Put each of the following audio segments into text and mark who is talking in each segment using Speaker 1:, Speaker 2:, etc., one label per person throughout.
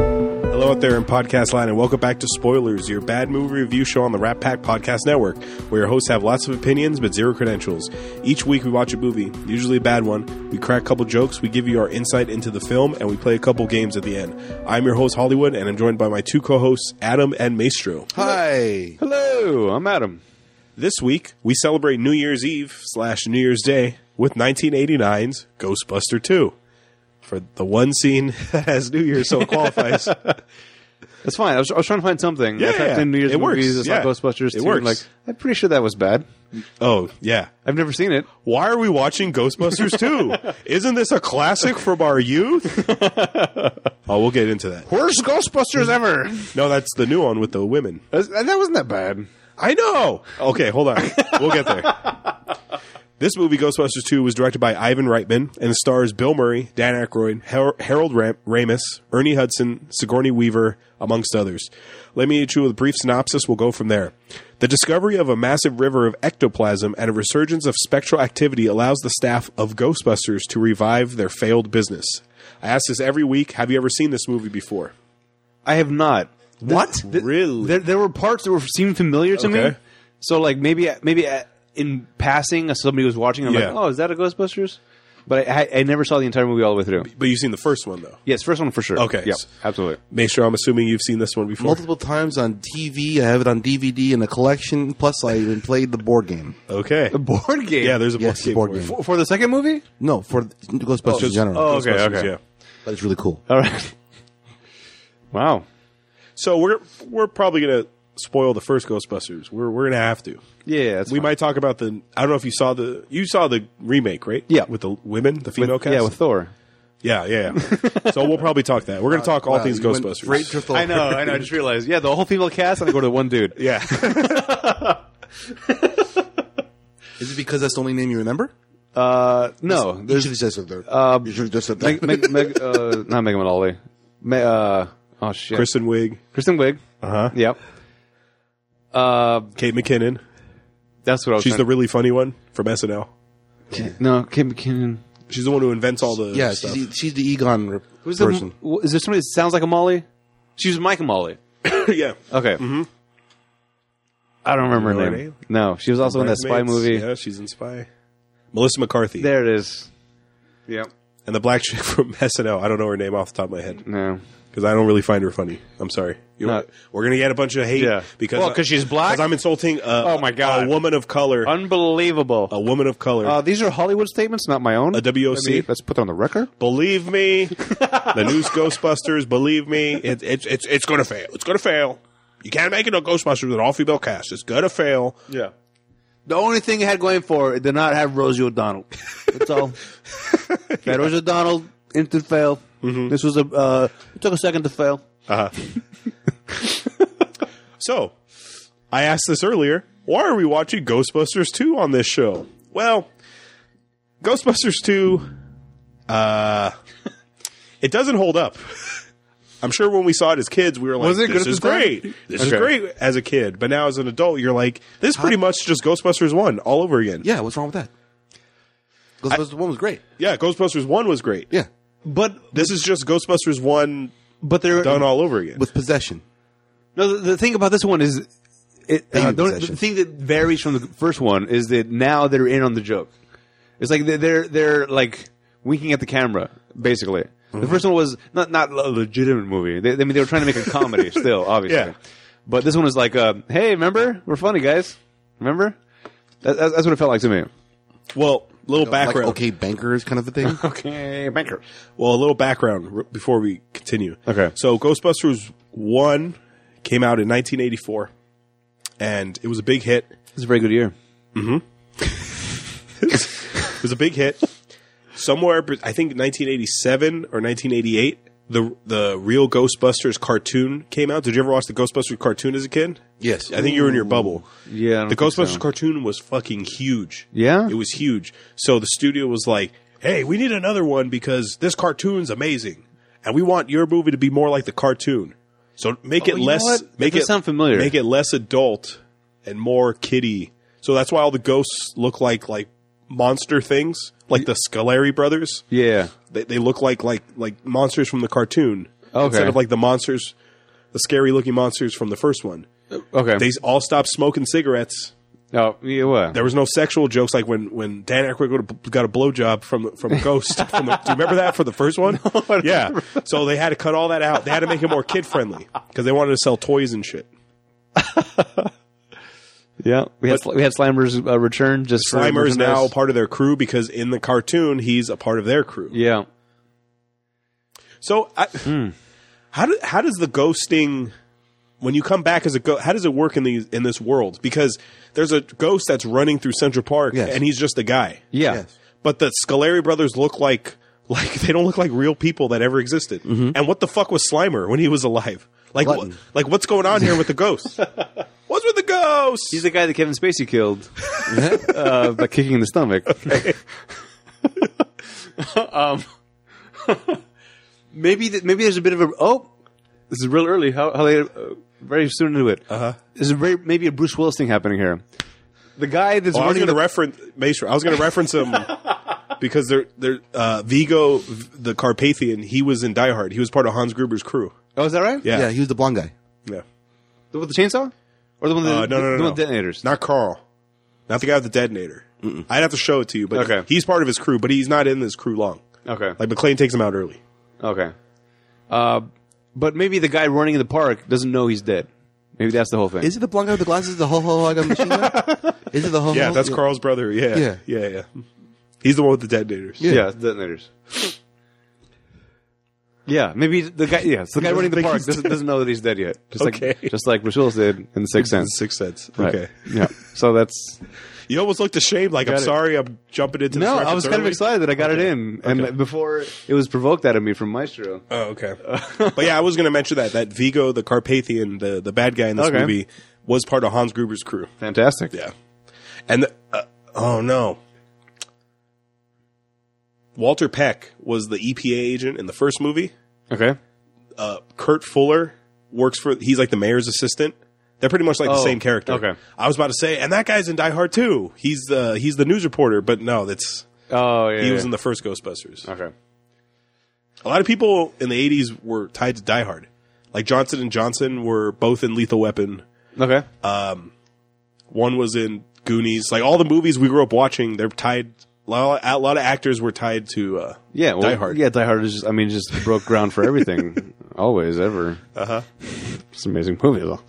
Speaker 1: Hello out there in podcast land, and welcome back to Spoilers, your bad movie review show on the Rat Pack Podcast Network, where your hosts have lots of opinions but zero credentials. Each week we watch a movie, usually a bad one. We crack a couple jokes, we give you our insight into the film, and we play a couple games at the end. I'm your host Hollywood, and I'm joined by my two co-hosts Adam and Maestro.
Speaker 2: Hi.
Speaker 3: Hello, I'm Adam.
Speaker 1: This week we celebrate New Year's Eve slash New Year's Day with 1989's Ghostbuster 2 for the one scene that has New Year's so it qualifies.
Speaker 3: That's fine. I was, I was trying to find something.
Speaker 1: Yeah,
Speaker 3: I typed
Speaker 1: yeah.
Speaker 3: in New Year's
Speaker 1: It works.
Speaker 3: movies. It's like
Speaker 1: Yeah.
Speaker 3: Ghostbusters.
Speaker 1: It
Speaker 3: 2.
Speaker 1: works.
Speaker 3: I'm like, I'm pretty sure that was bad.
Speaker 1: oh yeah.
Speaker 3: I've never seen it.
Speaker 1: why are we watching Ghostbusters 2? Isn't this a classic from our youth? oh, we'll get into that.
Speaker 3: Worst Ghostbusters ever.
Speaker 1: No, that's the new one with the women.
Speaker 3: That's- that wasn't that bad.
Speaker 1: I know. Okay, hold on. We'll get there. This movie, Ghostbusters 2, was directed by Ivan Reitman and stars Bill Murray, Dan Aykroyd, Har- Harold Ram- Ramis, Ernie Hudson, Sigourney Weaver, amongst others. Let me hit you with a brief synopsis. We'll go from there. The discovery of a massive river of ectoplasm and a resurgence of spectral activity allows the staff of Ghostbusters to revive their failed business. I ask this every week. Have you ever seen this movie before?
Speaker 3: I have not. Th-
Speaker 1: What?
Speaker 3: th-
Speaker 1: Really?
Speaker 3: There, there were parts that were seemed familiar to me.
Speaker 1: Okay.
Speaker 3: So like maybe maybe uh, in passing, as somebody was watching. I'm
Speaker 1: Yeah.
Speaker 3: like, oh, is that a Ghostbusters? But I, I, I never saw the entire movie all the way through.
Speaker 1: But you've seen the first one, though.
Speaker 3: Yes, first one for sure.
Speaker 1: Okay.
Speaker 3: Yeah, absolutely.
Speaker 1: Make sure I'm assuming you've seen this one before.
Speaker 2: Multiple times on TV. I have it on DVD in a collection. Plus, I even played the board game.
Speaker 1: Okay.
Speaker 3: Board game.
Speaker 1: Yeah, there's a board
Speaker 2: Yes,
Speaker 1: game.
Speaker 2: board
Speaker 1: for it.
Speaker 2: game.
Speaker 3: for, for the second movie.
Speaker 2: No, for the- Ghostbusters in general.
Speaker 3: oh, okay,
Speaker 1: Ghostbusters,
Speaker 3: okay.
Speaker 1: yeah.
Speaker 2: But it's really cool.
Speaker 3: All right. wow.
Speaker 1: So we're we're probably gonna spoil the first Ghostbusters. We're we're gonna have to.
Speaker 3: Yeah, that's
Speaker 1: We
Speaker 3: fine.
Speaker 1: might talk about the. I don't know if you saw the. You saw the remake, right?
Speaker 3: Yeah.
Speaker 1: with the women, the
Speaker 3: With-
Speaker 1: female cast.
Speaker 3: Yeah, with Thor.
Speaker 1: yeah, yeah. yeah. so we'll probably talk that. We're gonna talk all
Speaker 2: Wow,
Speaker 1: things
Speaker 2: you went
Speaker 1: Ghostbusters.
Speaker 2: Right to the-
Speaker 3: I know, I know. I just realized. Yeah, the whole female cast, and I go to one dude.
Speaker 1: yeah.
Speaker 2: Is it because that's the only name you remember?
Speaker 3: Uh, no,
Speaker 2: You
Speaker 3: there's
Speaker 2: should have just said that. Um, Uh, you should have just said
Speaker 3: Meg,
Speaker 2: that.
Speaker 3: Meg, Meg uh, not Megan Mullally. Me, uh, oh shit,
Speaker 1: Kristen Wiig,
Speaker 3: Kristen Wiig.
Speaker 1: Uh-huh.
Speaker 3: Yep. Uh,
Speaker 1: Kate McKinnon.
Speaker 3: that's what I was.
Speaker 1: She's the
Speaker 3: trying
Speaker 1: really funny one from SNL.
Speaker 3: to- no Kate McKinnon.
Speaker 1: She's the one who invents all the
Speaker 2: yeah, she's
Speaker 1: stuff.
Speaker 2: the, she's the Egon re-
Speaker 3: Who's the?
Speaker 2: person.
Speaker 3: w- Is there somebody that sounds like a Molly? She was Mike Molly.
Speaker 1: yeah.
Speaker 3: Okay. I don't remember
Speaker 1: You know
Speaker 3: Mm-hmm. her
Speaker 1: her
Speaker 3: name.
Speaker 1: name?
Speaker 3: No, she was also in that spy
Speaker 1: Bridesmaids.
Speaker 3: movie.
Speaker 1: Yeah, she's in Spy. Melissa McCarthy
Speaker 3: There it is. Yep.
Speaker 1: and the black chick from SNL. I don't know her name off the top of my head.
Speaker 3: No.
Speaker 1: because I don't really find her funny. I'm sorry. You
Speaker 3: No.
Speaker 1: We're gonna get a bunch of hate
Speaker 3: Yeah.
Speaker 1: because
Speaker 3: Well, 'cause she's black?
Speaker 1: 'cause I'm insulting. A,
Speaker 3: Oh, my God.
Speaker 1: a woman of color,
Speaker 3: Unbelievable.
Speaker 1: a woman of color.
Speaker 3: Uh, these are Hollywood statements, not my own.
Speaker 1: A WOC.
Speaker 3: Let me- Let's put that on the record.
Speaker 1: believe me, the news Ghostbusters. Believe me, it, it's it's it's gonna fail. It's gonna fail. You can't make it a Ghostbusters with an all female cast. It's gonna fail.
Speaker 3: Yeah. The only thing it had going for it did not have Rosie O'Donnell. That's all. yeah. Rosie O'Donnell instant fail.
Speaker 2: Mm-hmm.
Speaker 3: This was a uh, it took a second to fail.
Speaker 1: So, I asked this earlier. Why are we watching Ghostbusters 2 on this show? Well, Ghostbusters 2, uh, it doesn't hold up. I'm sure when we saw it as kids, we were like,
Speaker 3: Was it good
Speaker 1: this
Speaker 3: at
Speaker 1: is
Speaker 3: the time?
Speaker 1: great. This is
Speaker 3: Okay.
Speaker 1: great as a kid. But now as an adult, you're like, this is pretty much just Ghostbusters 1 all over again.
Speaker 2: Yeah, what's wrong with that? Ghostbusters one was great.
Speaker 1: Yeah, Ghostbusters 1 was great.
Speaker 2: Yeah,
Speaker 3: But
Speaker 1: This is just Ghostbusters 1
Speaker 3: but there
Speaker 1: done all over again.
Speaker 2: with possession.
Speaker 3: no, the, the thing about this one is it,
Speaker 2: Baby
Speaker 3: uh, the,
Speaker 2: possession.
Speaker 3: the thing that varies from the first one is that now they're in on the joke. It's like they're they're, they're like winking at the camera basically. The first one was not not a legitimate movie. They, I mean, they were trying to make a comedy still, obviously.
Speaker 1: Yeah.
Speaker 3: But this one was like, uh, "Hey, remember? We're funny guys. Remember?" That, that's that's what it felt like to me.
Speaker 1: well, little background.
Speaker 2: Like okay, bankers kind of a thing.
Speaker 3: Okay, banker.
Speaker 1: Well, a little background r- before we continue.
Speaker 3: Okay.
Speaker 1: So Ghostbusters 1 came out in 1984 and it was a big hit.
Speaker 3: It's a very good year.
Speaker 1: It was a big hit. Somewhere be- I think 1987 or 1988 the the real Ghostbusters cartoon came out. Did you ever watch the Ghostbusters cartoon as a kid?
Speaker 2: Yes.
Speaker 1: I think you were in your bubble.
Speaker 3: Yeah, I don't
Speaker 1: The
Speaker 3: think
Speaker 1: Ghostbusters
Speaker 3: so.
Speaker 1: cartoon was fucking huge.
Speaker 3: Yeah?
Speaker 1: It was huge. So the studio was like, hey, we need another one because this cartoon's amazing. And we want your movie to be more like the cartoon. So make
Speaker 3: Oh, you
Speaker 1: it
Speaker 3: know
Speaker 1: less
Speaker 3: what? That
Speaker 1: make
Speaker 3: does
Speaker 1: it
Speaker 3: sound familiar.
Speaker 1: Make it less adult and more kiddie. So that's why all the ghosts look like like monster things, like the Scolari brothers.
Speaker 3: Yeah.
Speaker 1: They, they look like like like monsters from the cartoon
Speaker 3: Okay.
Speaker 1: instead of like the monsters the scary looking monsters from the first one.
Speaker 3: Okay.
Speaker 1: They all stopped smoking cigarettes.
Speaker 3: oh, yeah, what?
Speaker 1: There was no sexual jokes like when, when Dan Aykroyd got a, got a blowjob from from a ghost. From the, do you remember that for the first one? yeah. So they had to cut all that out. They had to make it more kid friendly because they wanted to sell toys and shit.
Speaker 3: Yeah, we had Sli- we had Slimer's uh, return. Just for
Speaker 1: Slimer is now
Speaker 3: merchandise.
Speaker 1: part of their crew because in the cartoon he's a part of their crew.
Speaker 3: Yeah, Hmm.
Speaker 1: So, I, how do, how does the ghosting when you come back as a ghost? How does it work in these in this world? Because there's a ghost that's running through Central Park,
Speaker 2: Yes.
Speaker 1: and he's just a guy.
Speaker 3: yeah.
Speaker 2: Yes.
Speaker 1: But the Scolari brothers look like like they don't look like real people that ever existed. And what the fuck was Slimer when he was alive? Like wha-
Speaker 2: Glutton.
Speaker 1: like what's going on here with the ghost? what's with the ghost?
Speaker 3: He's the guy that Kevin Spacey killed uh, by kicking in the stomach. um, maybe th- maybe there's a bit of a oh, this is real early. How, how they uh, very soon into it. Uh-huh. There's a very, maybe a Bruce Willis thing happening here. The guy that's
Speaker 1: Well, Oh, I was going
Speaker 3: running
Speaker 1: to
Speaker 3: the
Speaker 1: reference Maestro. I was going to reference him because they're they're uh, Vigo, the Carpathian. He was in Die Hard. He was part of Hans Gruber's crew.
Speaker 3: oh, is that right?
Speaker 1: Yeah,
Speaker 2: Yeah,
Speaker 1: yeah.
Speaker 2: he was the blonde guy.
Speaker 3: the, with the chainsaw or the one that
Speaker 1: Uh, no, no, no,
Speaker 3: the one
Speaker 1: no.
Speaker 3: with detonators.
Speaker 1: Not Carl. Not the guy with the detonator. I'd have to show it to you, but
Speaker 3: Okay.
Speaker 1: he's part of his crew, but he's not in this crew long.
Speaker 3: okay,
Speaker 1: Like McLean takes him out early.
Speaker 3: okay. Uh, but maybe the guy running in the park doesn't know he's dead. Maybe that's the whole thing.
Speaker 2: Is it the blonde guy with the glasses? The ho ho ho I got a machine gun? Is it the ho ho?
Speaker 1: Yeah, that's Carl's brother. Yeah.
Speaker 2: Yeah.
Speaker 1: yeah, yeah, He's the one with the detonators.
Speaker 3: Yeah, it's detonators. Yeah, maybe the guy. Yeah, it's the guy running the
Speaker 1: Think
Speaker 3: park
Speaker 1: he's
Speaker 3: doesn't, doesn't know that he's dead yet. Just
Speaker 1: Okay.
Speaker 3: like just like Bruce did in Sixth Sense.
Speaker 1: Six cents.
Speaker 3: Right.
Speaker 1: Okay.
Speaker 3: Yeah. So that's
Speaker 1: You almost looked ashamed. Like I'm
Speaker 3: it.
Speaker 1: sorry, I'm jumping into.
Speaker 3: no.
Speaker 1: This
Speaker 3: I was kind of
Speaker 1: reference early.
Speaker 3: excited that I got it in, and
Speaker 1: Okay.
Speaker 3: before it was provoked out of me from Maestro.
Speaker 1: Oh, okay. but yeah, I was going to mention that that Vigo, the Carpathian, the the bad guy in this
Speaker 3: Okay.
Speaker 1: movie, was part of Hans Gruber's crew.
Speaker 3: Fantastic.
Speaker 1: Yeah, and the, uh, oh no, Walter Peck was the EPA agent in the first movie.
Speaker 3: Okay.
Speaker 1: Uh, Kurt Fuller works for he's like the mayor's assistant. They're pretty much like the
Speaker 3: Oh,
Speaker 1: same character.
Speaker 3: okay.
Speaker 1: I was about to say, and that guy's in Die Hard too. He's the he's the news reporter, but no, that's
Speaker 3: Oh yeah.
Speaker 1: he
Speaker 3: yeah.
Speaker 1: was in the first Ghostbusters.
Speaker 3: okay.
Speaker 1: A lot of people in the '80s were tied to Die Hard. Like Johnson and Johnson were both in Lethal Weapon.
Speaker 3: Okay.
Speaker 1: One was in Goonies. Like all the movies we grew up watching, they're tied. A lot, a lot of actors were tied to. Uh,
Speaker 3: yeah. Well,
Speaker 1: Die Hard.
Speaker 3: Yeah, Die Hard is just. I mean, just broke ground for everything. Always, ever. Uh
Speaker 1: Uh-huh.
Speaker 3: huh. It's an amazing movie though.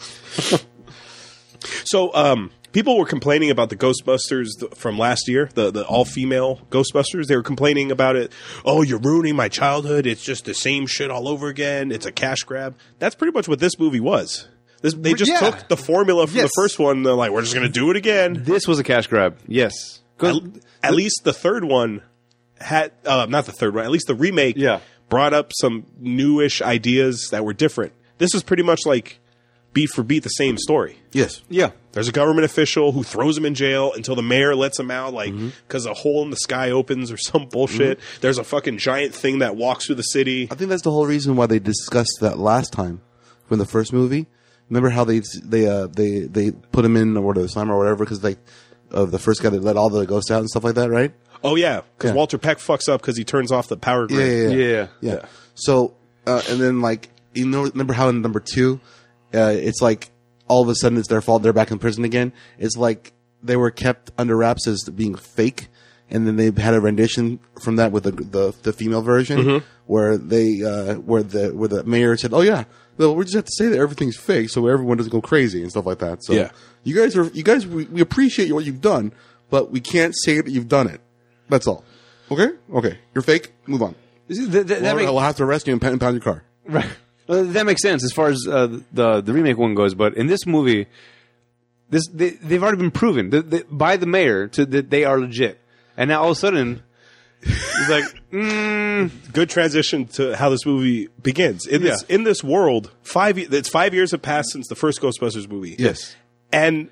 Speaker 1: So um, people were complaining about the Ghostbusters th- from last year, the the all female Ghostbusters. They were complaining about it. Oh, you're ruining my childhood. It's just the same shit all over again. It's a cash grab. That's pretty much what this movie was. This, they just
Speaker 3: Yeah.
Speaker 1: took the formula from
Speaker 3: Yes.
Speaker 1: the first one. They're like, we're just going to do it again.
Speaker 3: This was a cash grab. Yes.
Speaker 1: at, at least the third one had uh, not the third one. At least the remake
Speaker 3: Yeah.
Speaker 1: brought up some newish ideas that were different. This is pretty much like beat for beat the same story.
Speaker 2: Yes.
Speaker 3: Yeah.
Speaker 1: There's a government official who throws him in jail until the mayor lets him out, like
Speaker 3: Mm-hmm.
Speaker 1: because a hole in the sky opens or some bullshit. There's a fucking giant thing that walks through the city.
Speaker 2: I think that's the whole reason why they discussed that last time from the first movie. Remember how they they uh, they they put him in or the slammer or whatever because like uh, the first guy that let all the ghosts out and stuff like that, right?
Speaker 1: Oh yeah, because
Speaker 2: Yeah.
Speaker 1: Walter Peck fucks up because he turns off the power grid.
Speaker 3: Yeah.
Speaker 2: Yeah. So, uh, and then like you know, remember how in number two, uh, it's like all of a sudden it's their fault. They're back in prison again. It's like they were kept under wraps as being fake, and then they had a rendition from that with the the, the female version where they uh, where the where the mayor said, "Oh yeah." Well, we just have to say that everything's fake, so everyone doesn't go crazy and stuff like that. So,
Speaker 1: Yeah.
Speaker 2: you guys are you guys. We, we appreciate what you've done, but we can't say that you've done it. That's all. Okay, okay. You're fake. Move on.
Speaker 3: You see, That, that, that
Speaker 2: Well,
Speaker 3: make-
Speaker 2: we'll have to arrest you and pound, pound your car.
Speaker 3: Right. Well, that makes sense as far as uh, the the remake one goes, but in this movie, this they, they've already been proven that that- by the mayor to, that they are legit, and now all of a sudden, it's like
Speaker 1: good transition to how this movie begins. In this
Speaker 3: Yeah.
Speaker 1: in this world, five ye- it's five years have passed since the first Ghostbusters movie. and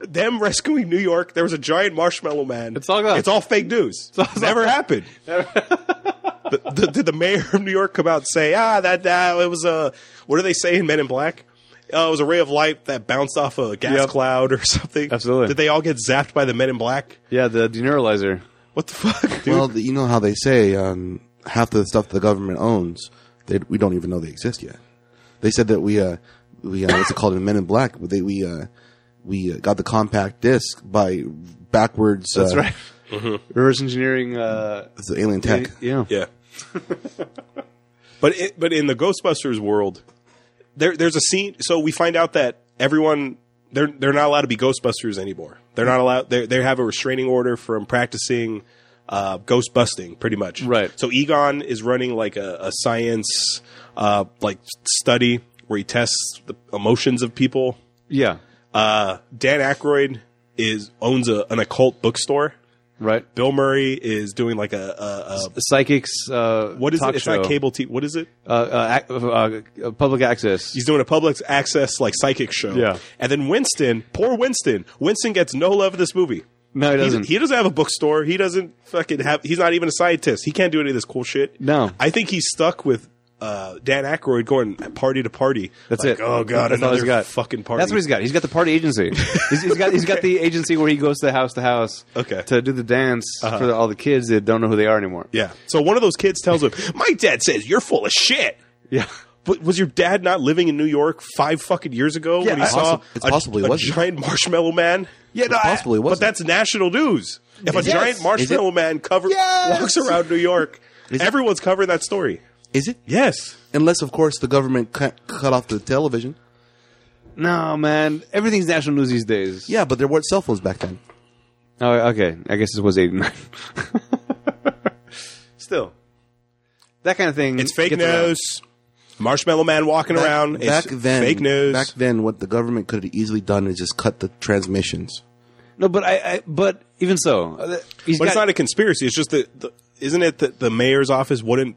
Speaker 1: them rescuing New York, there was a giant marshmallow man.
Speaker 3: It's all gone.
Speaker 1: It's all fake news. It's never happened. the, the, did the mayor of New York come out and say, ah, that, that it was a what do they say in Men in Black? Uh, it was a ray of light that bounced off a gas
Speaker 3: Yep.
Speaker 1: cloud or something.
Speaker 3: Absolutely.
Speaker 1: Did they all get zapped by the Men in Black?
Speaker 3: yeah, the deneuralizer.
Speaker 1: What the fuck, dude?
Speaker 2: Well, the, you know how they say um, half the stuff the government owns, they, we don't even know they exist yet. They said that we uh we uh, what's it called in Men in Black? They we uh we uh, got the compact disc by backwards.
Speaker 3: That's
Speaker 2: uh,
Speaker 1: Uh-huh.
Speaker 3: right.
Speaker 1: Mm-hmm.
Speaker 3: Reverse engineering. Uh,
Speaker 2: It's the alien tech.
Speaker 3: Yeah.
Speaker 1: Yeah. but it, but in the Ghostbusters world, there there's a scene. So we find out that everyone they're they're not allowed to be Ghostbusters anymore. They're not allowed. They they have a restraining order from practicing uh, ghost busting, pretty much.
Speaker 3: Right.
Speaker 1: So Egon is running like a, a science uh, like study where he tests the emotions of people.
Speaker 3: Yeah.
Speaker 1: Uh, Dan Aykroyd is owns a, an occult bookstore.
Speaker 3: Right.
Speaker 1: Bill Murray is doing like a, a, a
Speaker 3: Psychics. Uh,
Speaker 1: what is
Speaker 3: talk
Speaker 1: it? It's
Speaker 3: show.
Speaker 1: not cable TV. What is it?
Speaker 3: Uh, uh, ac- uh, uh, public access.
Speaker 1: He's doing a public access like psychic show.
Speaker 3: Yeah.
Speaker 1: And then Winston, poor Winston. Winston gets no love in this movie.
Speaker 3: no, he
Speaker 1: He,
Speaker 3: doesn't.
Speaker 1: he doesn't have a bookstore. He doesn't fucking have. He's not even a scientist. He can't do any of this cool shit.
Speaker 3: No.
Speaker 1: I think he's stuck with uh, Dan Aykroyd going party to party.
Speaker 3: That's
Speaker 1: Like,
Speaker 3: it.
Speaker 1: Oh god,
Speaker 3: That's all
Speaker 1: another
Speaker 3: he's got.
Speaker 1: fucking party.
Speaker 3: That's what he's got. He's got the party agency. he's, he's got he's got the agency where he goes to house to house.
Speaker 1: Okay. Uh-huh.
Speaker 3: To do the dance for all the kids that don't know who they are anymore.
Speaker 1: yeah. So one of those kids tells him, "My dad says you're full of shit."
Speaker 3: Yeah.
Speaker 1: But was your dad not living in New York five fucking years ago when he
Speaker 2: I-
Speaker 1: saw
Speaker 2: Possi- it's
Speaker 1: a,
Speaker 2: possibly
Speaker 1: a
Speaker 2: wasn't.
Speaker 1: giant marshmallow man? Yeah,
Speaker 2: no, I- possibly
Speaker 1: But
Speaker 2: wasn't.
Speaker 1: that's national news. If a
Speaker 2: Yes.
Speaker 1: giant marshmallow man cover
Speaker 3: Yes.
Speaker 1: walks around New York,
Speaker 2: Is it-
Speaker 1: everyone's covering that story.
Speaker 2: Is it?
Speaker 1: Yes.
Speaker 2: Unless of course the government cut, cut off the television.
Speaker 3: No, man. Everything's national news these days.
Speaker 2: Yeah, but there weren't cell phones back then.
Speaker 3: Oh, okay. I guess this was 89. Still. That kind of thing.
Speaker 1: It's fake
Speaker 3: gets around.
Speaker 1: news. Marshmallow man walking around. it's
Speaker 2: back then,
Speaker 1: fake news.
Speaker 2: Back then, what the government could have easily done is just cut the transmissions.
Speaker 3: No, but I, I but even so. uh, he's
Speaker 1: but it's
Speaker 3: got-
Speaker 1: not a conspiracy. It's just that, the, isn't it that the mayor's office wouldn't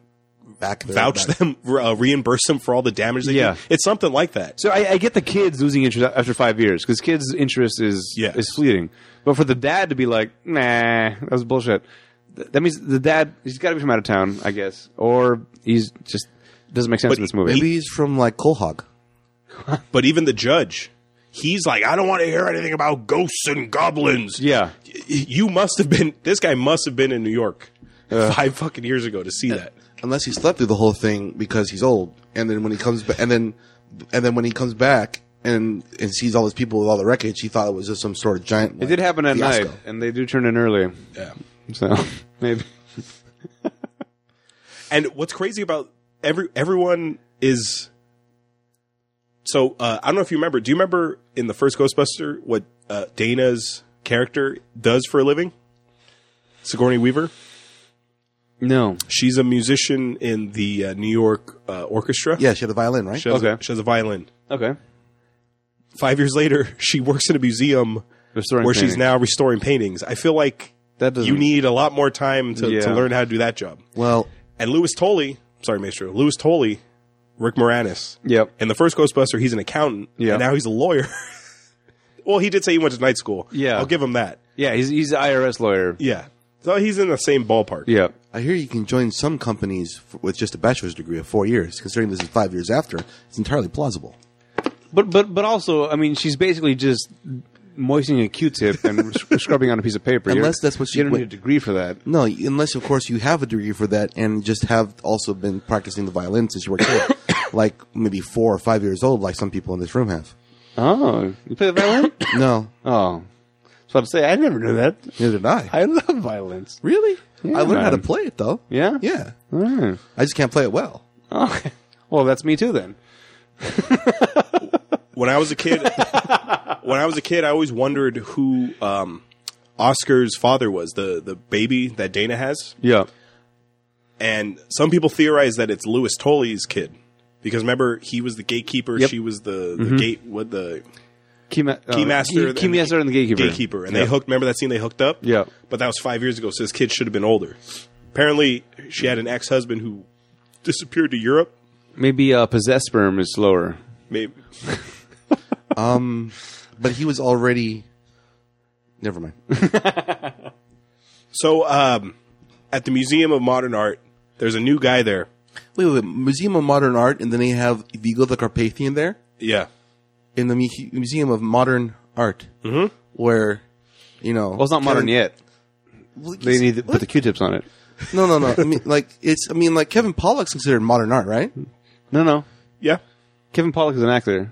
Speaker 2: Back there,
Speaker 1: vouch
Speaker 2: back-
Speaker 1: them, uh, reimburse them for all the damage they
Speaker 3: Yeah.
Speaker 1: did? It's something like that.
Speaker 3: So I, I get the kids losing interest after five years because kids' interest is
Speaker 1: Yeah.
Speaker 3: is fleeting. But for the dad to be like, nah, that was bullshit. th- That means the dad he's got to be from out of town, I guess, or he's just doesn't make sense
Speaker 1: But
Speaker 3: in this movie.
Speaker 2: Maybe he's from like Quahog.
Speaker 1: But even the judge, he's like, I don't want to hear anything about ghosts and goblins.
Speaker 3: yeah,
Speaker 1: Y- You must have been, this guy must have been in New York five fucking years ago to see that.
Speaker 2: unless he slept through the whole thing because he's old. And then when he comes back, and then and then when he comes back and and sees all these people with all the wreckage, he thought it was just some sort of giant.
Speaker 3: it did happen at night, and they do turn in early,
Speaker 1: Yeah.
Speaker 3: so maybe.
Speaker 1: And what's crazy about every, everyone is, so, uh, I don't know if you remember, do you remember in the first Ghostbuster what, uh, Dana's character does for a living? Sigourney Weaver.
Speaker 3: No,
Speaker 1: She's a musician in the uh, New York uh, orchestra.
Speaker 2: Yeah, she had a violin, right?
Speaker 1: She has, a,
Speaker 3: Okay.
Speaker 1: she has a violin.
Speaker 3: okay,
Speaker 1: five years later, she works in a museum
Speaker 3: Restoring
Speaker 1: where
Speaker 3: paintings.
Speaker 1: she's now restoring paintings. I feel like
Speaker 3: That doesn't-
Speaker 1: you need a lot more time to,
Speaker 3: Hmm. Yeah.
Speaker 1: to learn how to do that job.
Speaker 2: Well,
Speaker 1: And Louis Tolley, sorry, Maestro, Louis Tolley, Rick Moranis.
Speaker 3: yep,
Speaker 1: In the first Ghostbuster, he's an accountant.
Speaker 3: Yeah.
Speaker 1: And now he's a lawyer. well, he did say he went to night school.
Speaker 3: Yeah.
Speaker 1: I'll give him that.
Speaker 3: yeah, he's he's the IRS lawyer.
Speaker 1: Yeah. So he's in the same ballpark.
Speaker 3: Yeah,
Speaker 2: I hear you can join some companies f- with just a bachelor's degree of four years. Considering this is five years after, it's entirely plausible.
Speaker 3: but but but also, I mean, she's basically just. Moistening a Q-tip and scrubbing on a piece of paper. You're-
Speaker 2: Unless that's what she
Speaker 3: you don't
Speaker 2: went-
Speaker 3: need a degree for that.
Speaker 2: No, unless of course you have a degree for that and just have also been practicing the violin since you were a kid, like maybe four or five years old, like some people in this room have.
Speaker 3: Oh, you play the violin?
Speaker 2: No,
Speaker 3: oh, so I was about to say I never knew that.
Speaker 2: neither did I.
Speaker 3: I love violence.
Speaker 2: Really? I learned how to
Speaker 3: man.
Speaker 2: play it though.
Speaker 3: Yeah.
Speaker 2: Yeah. I just can't play it well.
Speaker 3: Okay. Well, that's me too then.
Speaker 1: when I was a kid, when I was a kid, I always wondered who um, Oscar's father was, the the baby that Dana has.
Speaker 3: Yeah.
Speaker 1: And some people theorize that it's Lewis Tolley's kid because remember he was the gatekeeper,
Speaker 3: Yep. Mm-hmm.
Speaker 1: she was the, the gate what the
Speaker 3: Keyma- uh,
Speaker 1: Keymaster
Speaker 3: Key- Keymaster and the gatekeeper.
Speaker 1: gatekeeper, and
Speaker 3: yeah.
Speaker 1: they hooked. Remember that scene they hooked up?
Speaker 3: Yeah.
Speaker 1: but that was five years ago, so this kid should have been older. Apparently, she had an ex husband who disappeared to Europe.
Speaker 3: Maybe uh, possessed sperm is slower.
Speaker 1: Maybe
Speaker 2: But he was already. Never mind.
Speaker 1: so. Um, at the Museum of Modern Art, there's a new guy there.
Speaker 2: wait, wait, wait. Museum of Modern Art, and then they have Vigo the Carpathian there
Speaker 1: Yeah,
Speaker 2: in the Mu- Museum of Modern Art, mm-hmm. where you know.
Speaker 3: Well, it's not modern yet.
Speaker 2: yet.
Speaker 3: They need to put the Q-tips on it.
Speaker 2: no, no, no. I mean, like it's. I mean, like Kevin Pollock's considered modern art, right?
Speaker 3: No, no.
Speaker 1: yeah.
Speaker 3: Kevin Pollock is an actor.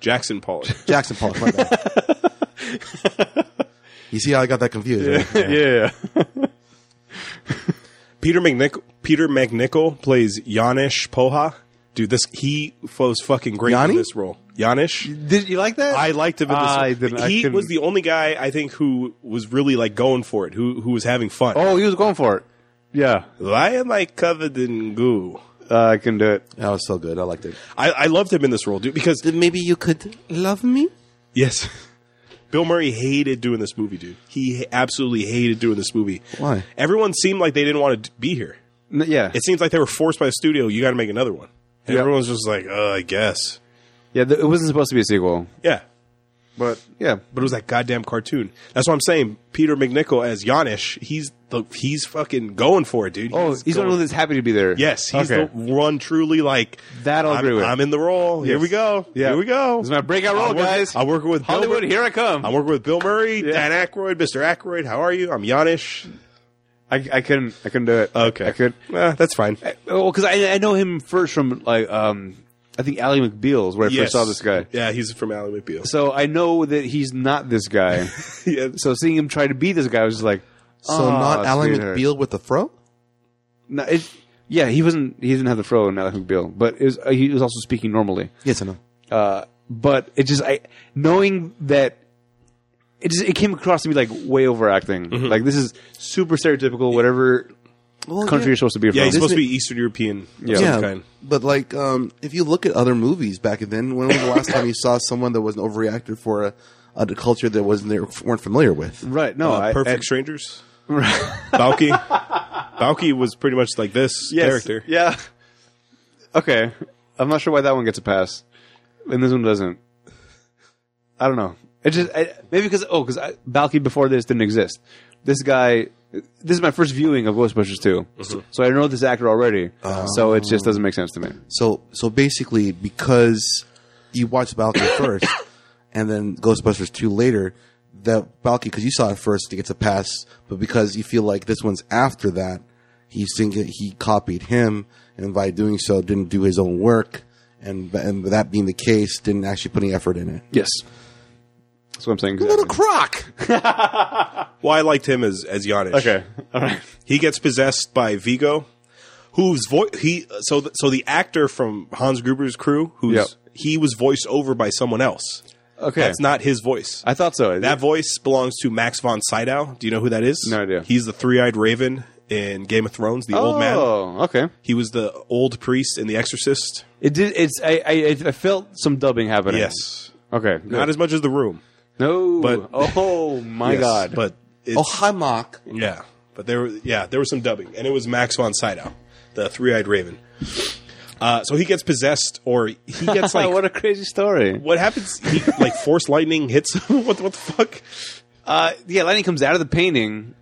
Speaker 1: Jackson Pollock.
Speaker 2: Jackson Pollock. My bad. you see how I got that confused? right?
Speaker 3: Yeah.
Speaker 1: Peter McNichol, Peter McNichol plays Yanish Poha. Dude, this he was fucking great
Speaker 2: Yanni?
Speaker 1: in this role. Yanish.
Speaker 3: Did you like that?
Speaker 1: I liked him in this.
Speaker 3: I
Speaker 1: role.
Speaker 3: didn't- I
Speaker 1: he
Speaker 3: couldn't-
Speaker 1: was the only guy I think who was really like going for it, who who was having fun.
Speaker 3: oh, he was going for it. Yeah.
Speaker 1: Why am I covered in goo?
Speaker 3: Uh, I can do it.
Speaker 2: That was so good. I liked it.
Speaker 1: I, I loved him in this role, dude, because
Speaker 2: Maybe you could love me.
Speaker 1: yes, Bill Murray hated doing this movie, dude. He absolutely hated doing this movie.
Speaker 2: Why?
Speaker 1: Everyone seemed like they didn't want to be here.
Speaker 3: N- yeah.
Speaker 1: It seems like they were forced by the studio. You got to make another one. And
Speaker 3: Yeah.
Speaker 1: everyone's just like, uh, I guess.
Speaker 3: yeah, th- it wasn't supposed to be a sequel.
Speaker 1: Yeah,
Speaker 2: But
Speaker 3: Yeah.
Speaker 1: but it was that goddamn cartoon. That's what I'm saying. Peter McNichol as Yanish, he's the he's fucking going for it, dude.
Speaker 3: Oh, he's, the
Speaker 1: going-
Speaker 3: one that's happy to be there.
Speaker 1: Yes, he's
Speaker 3: Okay.
Speaker 1: the one truly like
Speaker 3: That I'll
Speaker 1: I'm,
Speaker 3: agree with.
Speaker 1: I'm in the role. Here
Speaker 3: Yes.
Speaker 1: we go.
Speaker 3: Yeah.
Speaker 1: Here we go.
Speaker 3: This is my breakout role,
Speaker 1: I'm working-
Speaker 3: guys.
Speaker 1: I'm working with Bill
Speaker 3: Hollywood,
Speaker 1: Mur-
Speaker 3: here I come.
Speaker 1: I'm working with Bill Murray, Dan Aykroyd, Mr. Aykroyd. How are you? I'm Yanish.
Speaker 3: I, I couldn't. I couldn't do it. I could.
Speaker 1: Eh, that's fine.
Speaker 3: Oh, because I, I know him first from like um, I think Ally McBeal's where I
Speaker 1: Yes.
Speaker 3: first saw this guy.
Speaker 1: Yeah, he's from Ally McBeal.
Speaker 3: So I know that he's not this guy.
Speaker 1: yeah,
Speaker 3: so seeing him try to be this guy was just like,
Speaker 2: so
Speaker 3: "Aw,
Speaker 2: not Alan
Speaker 3: sweetheart."
Speaker 2: McBeal with the fro.
Speaker 3: No, it, yeah, he wasn't. He didn't have the fro in Ally McBeal, but it was, uh, he was also speaking normally.
Speaker 2: Yes, I know.
Speaker 3: Uh, but it just I knowing that it just it came across to me like way overacting.
Speaker 1: Mm-hmm.
Speaker 3: Like this is super stereotypical. Whatever
Speaker 2: Well,
Speaker 3: country
Speaker 2: yeah.
Speaker 3: you're supposed to be from.
Speaker 1: yeah he's supposed to
Speaker 2: it-
Speaker 1: be Eastern European of
Speaker 3: Yeah.
Speaker 1: some
Speaker 2: yeah,
Speaker 1: kind.
Speaker 2: but like, um, if you look at other movies back then, when was the last time you saw someone that was an overreactor for a, a culture that wasn't they weren't familiar with?
Speaker 3: right. No, I-
Speaker 1: Oh, Perfect
Speaker 3: I-
Speaker 1: Strangers. Balky. Balky was pretty much like this
Speaker 3: Yes,
Speaker 1: character.
Speaker 3: Yeah. Okay. I'm not sure why that one gets a pass, and this one doesn't. I don't know. It just I, maybe because oh, because Balky before this didn't exist. This guy. This is my first viewing of Ghostbusters 2
Speaker 1: Mm-hmm.
Speaker 3: so, so I know this actor already.
Speaker 1: Oh.
Speaker 3: So it just doesn't make sense to me.
Speaker 2: So, so basically, because you watched Balky first, and then Ghostbusters two later, that Balky because you saw it first, it gets a pass. But because you feel like this one's after that, he's thinking he copied him, and by doing so, didn't do his own work, and and that being the case, didn't actually put any effort in it.
Speaker 3: Yes, that's what I'm saying.
Speaker 2: Little crock.
Speaker 1: Well, I liked him as as Yanish.
Speaker 3: Okay, all right.
Speaker 1: He gets possessed by Vigo, whose voice he so th- so the actor from Hans Gruber's crew, who's
Speaker 3: Yep.
Speaker 1: he was voiced over by someone else.
Speaker 3: Okay,
Speaker 1: That's not his voice.
Speaker 3: I thought so.
Speaker 1: that voice belongs to Max von Sydow. Do you know who that is?
Speaker 3: No idea.
Speaker 1: He's the three-eyed raven in Game of Thrones, the old man.
Speaker 3: Oh, okay.
Speaker 1: He was the old priest in The Exorcist.
Speaker 3: It did. It's. I. I, I felt some dubbing happening.
Speaker 1: Yes.
Speaker 3: Okay.
Speaker 1: Not as much as The Room.
Speaker 3: No,
Speaker 1: But-
Speaker 3: oh my
Speaker 1: Yes,
Speaker 3: god!
Speaker 1: But it's,
Speaker 2: Oh, hi, Mark.
Speaker 1: Yeah, but there, were- yeah, there was some dubbing, and it was Max von Sydow, the three-eyed raven. Uh, so he gets possessed, or he gets like
Speaker 3: what
Speaker 1: what,
Speaker 3: a crazy story!
Speaker 1: happens? He like force lightning hits. him? what what the fuck?
Speaker 3: Uh, yeah, lightning comes out of the painting,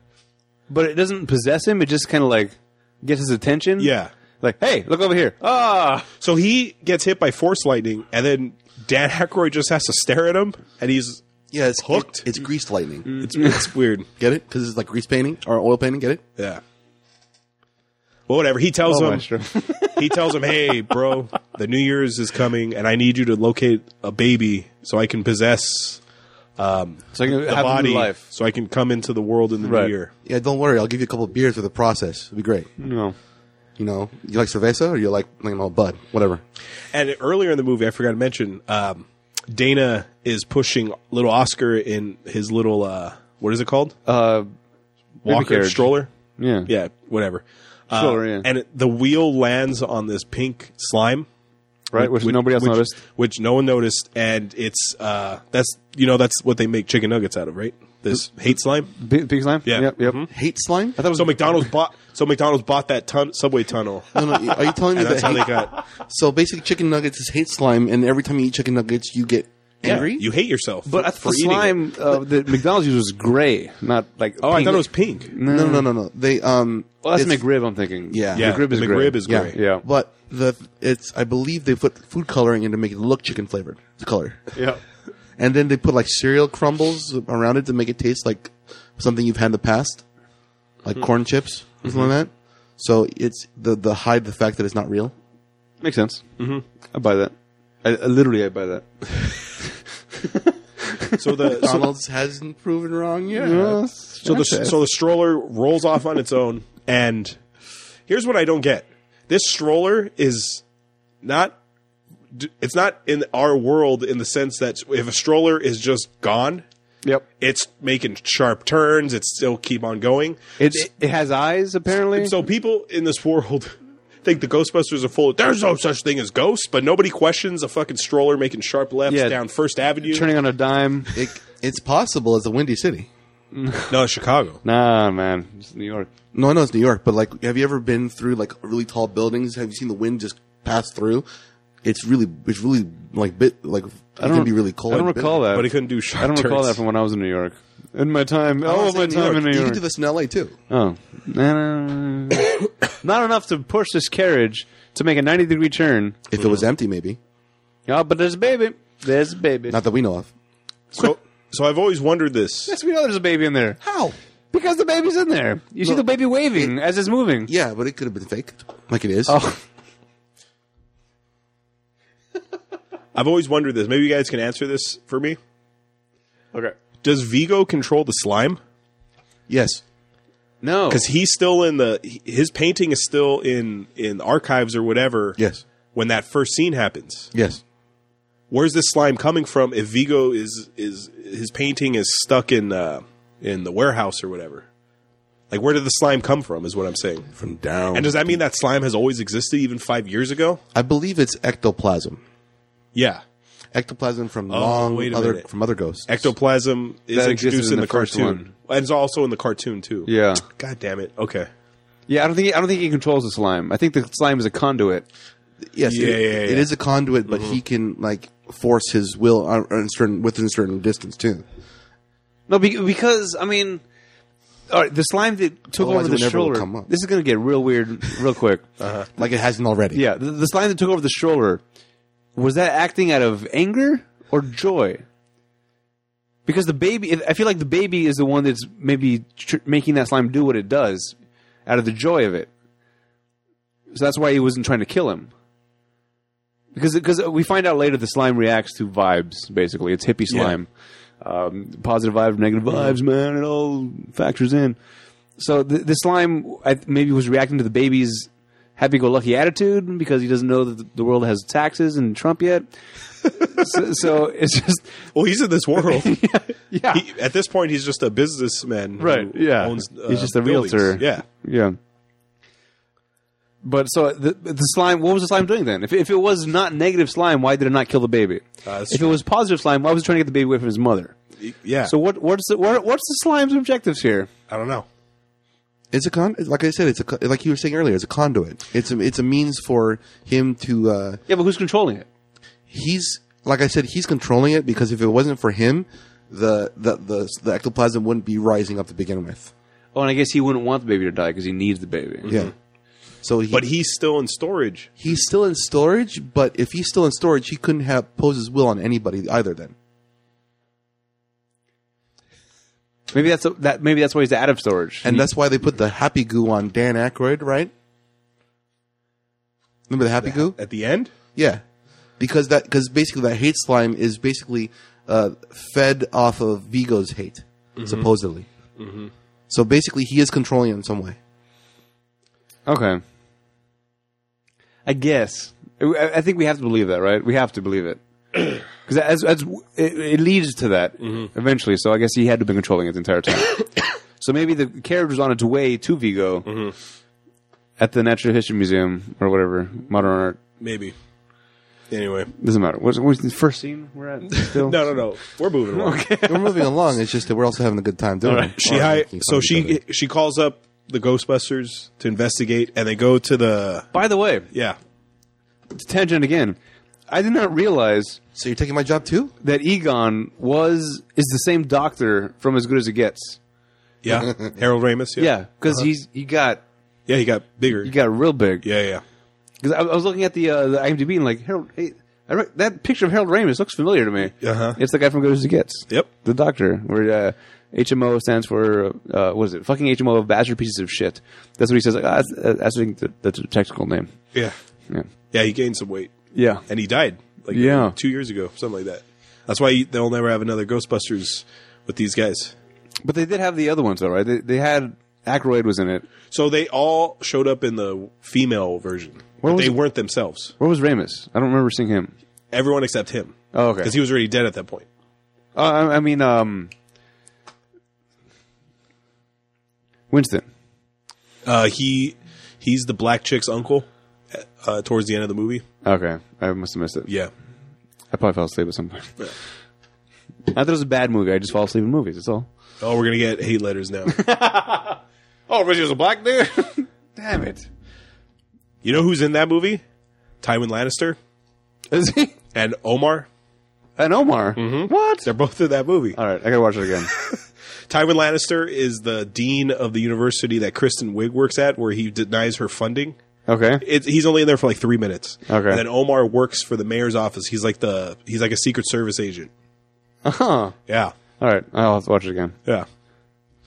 Speaker 3: but it doesn't possess him. It just kind of like gets his attention.
Speaker 1: Yeah.
Speaker 3: like hey, look over here. Ah,
Speaker 1: So he gets hit by force lightning, and then Dan Aykroyd just has to stare at him, and he's
Speaker 2: Yeah, it's
Speaker 1: Hooked.
Speaker 2: It, it's grease lightning.
Speaker 1: it's, it's weird.
Speaker 2: Get it? Because it's like grease painting or oil painting. Get it?
Speaker 1: Yeah. Well, whatever. He tells him. he tells him, "Hey, bro, the New Year's is coming, and I need you to locate a baby so I can possess
Speaker 3: so I can
Speaker 1: the
Speaker 3: have a
Speaker 1: body
Speaker 3: new life.
Speaker 1: so I can come into the world in the
Speaker 3: Right.
Speaker 1: new year.
Speaker 2: Yeah, don't worry. I'll give you a couple of beers for the process. It'll be great.
Speaker 3: No,
Speaker 2: You know, you like cerveza or you like plain old bud, whatever.
Speaker 1: And earlier in the movie, I forgot to mention, um, Dana is pushing little Oscar in his little uh, what is it called?
Speaker 3: uh, baby
Speaker 1: Walker
Speaker 3: carriage.
Speaker 1: stroller.
Speaker 3: Yeah,
Speaker 1: Yeah, whatever. Uh,
Speaker 3: Stroller, yeah.
Speaker 1: And it, the wheel lands on this pink slime.
Speaker 3: right. Which, nobody else
Speaker 1: which-
Speaker 3: noticed.
Speaker 1: Which no one noticed, and it's uh, that's you know that's what they make chicken nuggets out of, right? This hate slime.
Speaker 3: P- Pig slime.
Speaker 1: Yeah. Mm-hmm.
Speaker 3: Yep. Yep.
Speaker 2: Hate slime?
Speaker 3: I thought it was
Speaker 1: So McDonald's bought so McDonald's bought that tun- subway tunnel,
Speaker 2: No, no, are you telling me
Speaker 1: and
Speaker 2: that?
Speaker 1: that's how they
Speaker 2: hate-
Speaker 1: got
Speaker 2: so basically, chicken nuggets is hate slime, and every time you eat chicken nuggets, you get angry.
Speaker 1: You hate yourself,
Speaker 3: but I
Speaker 1: for
Speaker 3: thought the
Speaker 1: eating it.
Speaker 3: slime uh, that McDonald's used was gray, not like.
Speaker 1: Oh, I
Speaker 3: pink.
Speaker 1: thought it was pink.
Speaker 2: no, no, no, no. They um.
Speaker 3: Well, Oh, that's
Speaker 2: it's-
Speaker 3: McRib. I'm thinking.
Speaker 2: Yeah.
Speaker 1: Yeah,
Speaker 3: the McRib is
Speaker 1: the
Speaker 3: gray.
Speaker 1: McRib is
Speaker 2: Yeah.
Speaker 1: gray.
Speaker 3: Yeah.
Speaker 2: But the it's I believe they put food coloring in to make it look chicken flavored the color,
Speaker 3: yeah.
Speaker 2: and then they put like cereal crumbles around it to make it taste like something you've had in the past,
Speaker 3: Hmm.
Speaker 2: like corn chips, something
Speaker 3: Mm-hmm.
Speaker 2: like that. So it's the the hide the fact that it's not real.
Speaker 3: Makes sense. Mm-hmm. I buy that. I, I literally, I buy that.
Speaker 1: So the so,
Speaker 2: Donald's hasn't proven wrong yet.
Speaker 3: Uh,
Speaker 1: so the so the stroller rolls off on its own. And here's what I don't get: this stroller is not. d- It's not in our world in the sense that if a stroller is just gone,
Speaker 3: Yep.
Speaker 1: it's making sharp turns. It's still keep on going.
Speaker 3: It's, it has eyes apparently.
Speaker 1: So people in this world think the Ghostbusters are full. Of, There's no such thing as ghosts, but nobody questions a fucking stroller making sharp lefts
Speaker 3: Yeah.
Speaker 1: down First Avenue.
Speaker 3: Turning on a dime.
Speaker 2: It, it's possible. It's a windy city.
Speaker 1: no, it's Chicago.
Speaker 3: Nah, man. It's New York.
Speaker 2: No, I know it's New York, but like, have you ever been through like really tall buildings? Have you seen the wind just pass through? It's really, it's really like bit like it
Speaker 3: I don't
Speaker 2: can be really cold.
Speaker 3: I don't
Speaker 2: and bitter.
Speaker 3: recall that.
Speaker 1: But he couldn't do sharp
Speaker 3: I don't recall
Speaker 1: turns.
Speaker 3: that from when I was in New York. In my time,
Speaker 2: I
Speaker 3: all of
Speaker 2: was
Speaker 3: my
Speaker 2: New
Speaker 3: time in New
Speaker 2: You
Speaker 3: York.
Speaker 2: can do this in L.A. too.
Speaker 3: Oh, Nah, nah, nah, nah. not enough to push this carriage to make a ninety degree turn.
Speaker 2: If it was empty, maybe.
Speaker 3: Oh, but there's a baby. There's a baby.
Speaker 2: Not that we know of.
Speaker 1: So, so I've always wondered this.
Speaker 3: yes, we know there's a baby in there
Speaker 2: How?
Speaker 3: because the baby's in there. You see the baby waving as it's moving.
Speaker 2: Yeah, but it could have been fake, like it is.
Speaker 3: Oh,
Speaker 1: I've always wondered this. Maybe you guys can answer this for me.
Speaker 3: okay.
Speaker 1: Does Vigo control the slime?
Speaker 2: Yes,
Speaker 3: No,
Speaker 1: Because he's still in the his painting is still in in archives or whatever.
Speaker 2: yes,
Speaker 1: When that first scene happens,
Speaker 2: yes.
Speaker 1: where's this slime coming from? If Vigo is is his painting is stuck in uh, in the warehouse or whatever, like where did the slime come from? Is what I'm saying.
Speaker 2: From down.
Speaker 1: And does that mean that slime has always existed even five years ago?
Speaker 2: I believe it's ectoplasm.
Speaker 1: Yeah,
Speaker 2: Ectoplasm from long
Speaker 1: Oh, wait a
Speaker 2: other
Speaker 1: minute.
Speaker 2: from other ghosts.
Speaker 1: ectoplasm is
Speaker 3: That existed
Speaker 1: introduced in,
Speaker 3: in
Speaker 1: the,
Speaker 3: the first
Speaker 1: cartoon,
Speaker 3: one.
Speaker 1: and it's also in the cartoon too.
Speaker 3: Yeah.
Speaker 1: God damn it. Okay.
Speaker 3: yeah. I don't think I don't think he controls the slime. I think the slime is a conduit.
Speaker 2: yes,
Speaker 1: Yeah,
Speaker 2: it-
Speaker 1: yeah,
Speaker 2: it
Speaker 1: yeah. Mm-hmm.
Speaker 2: is a conduit, but he can like force his will on, on certain within a certain distance too.
Speaker 3: No, be- because I mean, all right, the slime that took
Speaker 2: Otherwise
Speaker 3: over
Speaker 2: it
Speaker 3: the
Speaker 2: would never would
Speaker 3: stroller.
Speaker 2: come up.
Speaker 3: This is going to get real weird, real quick.
Speaker 2: Like it hasn't already.
Speaker 3: Yeah, the, the slime that took over the stroller was that acting out of anger or joy? Because the baby, I feel like the baby is the one that's maybe tr- making that slime do what it does out of the joy of it. So that's why he wasn't trying to kill him. Because because we find out later the slime reacts to vibes. Basically, it's hippie slime. Um, positive vibes, negative vibes, man. It all factors in. So the, the slime I, maybe was reacting to the baby's happy-go-lucky attitude because he doesn't know that the- the world has taxes and Trump yet. so, so it's just
Speaker 1: Well, he's in this world.
Speaker 3: yeah,
Speaker 1: he, at this point, he's just a businessman. who
Speaker 3: Right, yeah.
Speaker 1: Owns, uh,
Speaker 3: He's just a
Speaker 1: buildings.
Speaker 3: realtor.
Speaker 1: Yeah.
Speaker 3: yeah. But so the, the slime. What was the slime doing then? If, if it was not negative slime, why did it not kill the baby?
Speaker 1: Uh, that's
Speaker 3: if it was positive slime, why was it trying to get the baby away from his mother?
Speaker 1: Yeah.
Speaker 3: So what? What's the what, what's the slime's objectives here?
Speaker 1: I don't know.
Speaker 2: It's a con. Like I said, it's a co- like you were saying earlier. It's a conduit. It's a it's a means for him to. Uh,
Speaker 3: Yeah, but who's controlling it?
Speaker 2: he's like I said, he's controlling it because if it wasn't for him, the the the, the ectoplasm wouldn't be rising up to begin with.
Speaker 3: Oh, and I guess he wouldn't want the baby to die because he needs the baby.
Speaker 1: Mm-hmm.
Speaker 2: Yeah. So he,
Speaker 1: But he's still in storage.
Speaker 2: he's still in storage. But if he's still in storage, he couldn't have pose his will on anybody either. Then
Speaker 3: Maybe that's that. Maybe that's why he's out of storage.
Speaker 1: Mm-hmm.
Speaker 2: and that's why they put the happy goo on Dan Aykroyd, right? Remember the happy goo?
Speaker 1: At the end?
Speaker 2: Yeah, because that because basically that hate slime is basically uh, fed off of Vigo's hate,
Speaker 1: Mm-hmm.
Speaker 2: supposedly. So basically, he is controlling it in some way.
Speaker 3: Okay. I guess. I I think we have to believe that, right? We have to believe it. Because as, as, it, it leads to that eventually, so I guess he had to have been controlling it the entire time. so maybe the carriage was on its way to Vigo at the Natural History Museum or whatever, modern art.
Speaker 1: Maybe. Anyway.
Speaker 3: Doesn't matter. What's, what's the first scene we're at? Still?
Speaker 1: No, no, no. We're moving along. okay.
Speaker 2: we're moving along. It's just that we're also having a good time doing it.
Speaker 1: She
Speaker 2: Or
Speaker 1: hi-
Speaker 2: making fun
Speaker 1: so
Speaker 2: of each
Speaker 1: she
Speaker 2: other.
Speaker 1: she calls up the Ghostbusters to investigate and they go to the
Speaker 3: By the way,
Speaker 1: Yeah.
Speaker 3: tangent again. I did not realize
Speaker 2: So you're taking my job too?
Speaker 3: that Egon was is the same doctor from As Good as It Gets.
Speaker 1: Yeah. Harold Ramis.
Speaker 3: Yeah, because he's he got
Speaker 1: Yeah, he got bigger.
Speaker 3: he got real big.
Speaker 1: yeah, yeah.
Speaker 3: Because I, I was looking at the uh, the IMDb and like Harold, hey, I re- that picture of Harold Ramis looks familiar to me.
Speaker 1: Uh-huh.
Speaker 3: It's the guy from Good as It Gets.
Speaker 1: Yep.
Speaker 3: The doctor, where uh, HMO stands for uh, what is it? Fucking HMO of bastard pieces of shit. That's what he says. Like, ah, that's, that's I think the, that's the technical name.
Speaker 1: Yeah.
Speaker 3: Yeah.
Speaker 1: Yeah, he gained some weight.
Speaker 3: Yeah.
Speaker 1: And he died. like
Speaker 3: Yeah.
Speaker 1: two years ago, something like that. That's why they'll never have another Ghostbusters with these guys.
Speaker 3: But they did have the other ones, though, right? They, they had Aykroyd was in it.
Speaker 1: So they all showed up in the female version,
Speaker 3: Where
Speaker 1: but
Speaker 3: was
Speaker 1: they
Speaker 3: it?
Speaker 1: weren't themselves.
Speaker 3: Where was Ramus? I don't remember seeing him.
Speaker 1: Everyone except him,
Speaker 3: Oh, okay.
Speaker 1: because he was already dead at that point.
Speaker 3: Uh, I, I mean, um, Winston.
Speaker 1: Uh, he he's the black chick's uncle uh, towards the end of the movie.
Speaker 3: Okay, I must have missed it.
Speaker 1: Yeah,
Speaker 3: I probably fell asleep at some point. I thought it was a bad movie. I just fall asleep in movies. That's all.
Speaker 1: Oh, we're gonna get hate letters now.
Speaker 3: Oh, Richie was a black dude. Damn it!
Speaker 1: you know who's in that movie? Tywin Lannister
Speaker 3: Is he
Speaker 1: and Omar.
Speaker 3: and Omar? What?
Speaker 1: They're both in that movie.
Speaker 3: All right, I gotta watch it again.
Speaker 1: Tywin Lannister is the dean of the university that Kristen Wiig works at, where he denies her funding.
Speaker 3: Okay.
Speaker 1: It's, he's only in there for like three minutes.
Speaker 3: Okay.
Speaker 1: And then Omar works for the mayor's office. He's like the he's like a secret service agent.
Speaker 3: Uh huh. All
Speaker 1: Yeah,
Speaker 3: right, I'll have to watch it again.
Speaker 1: yeah.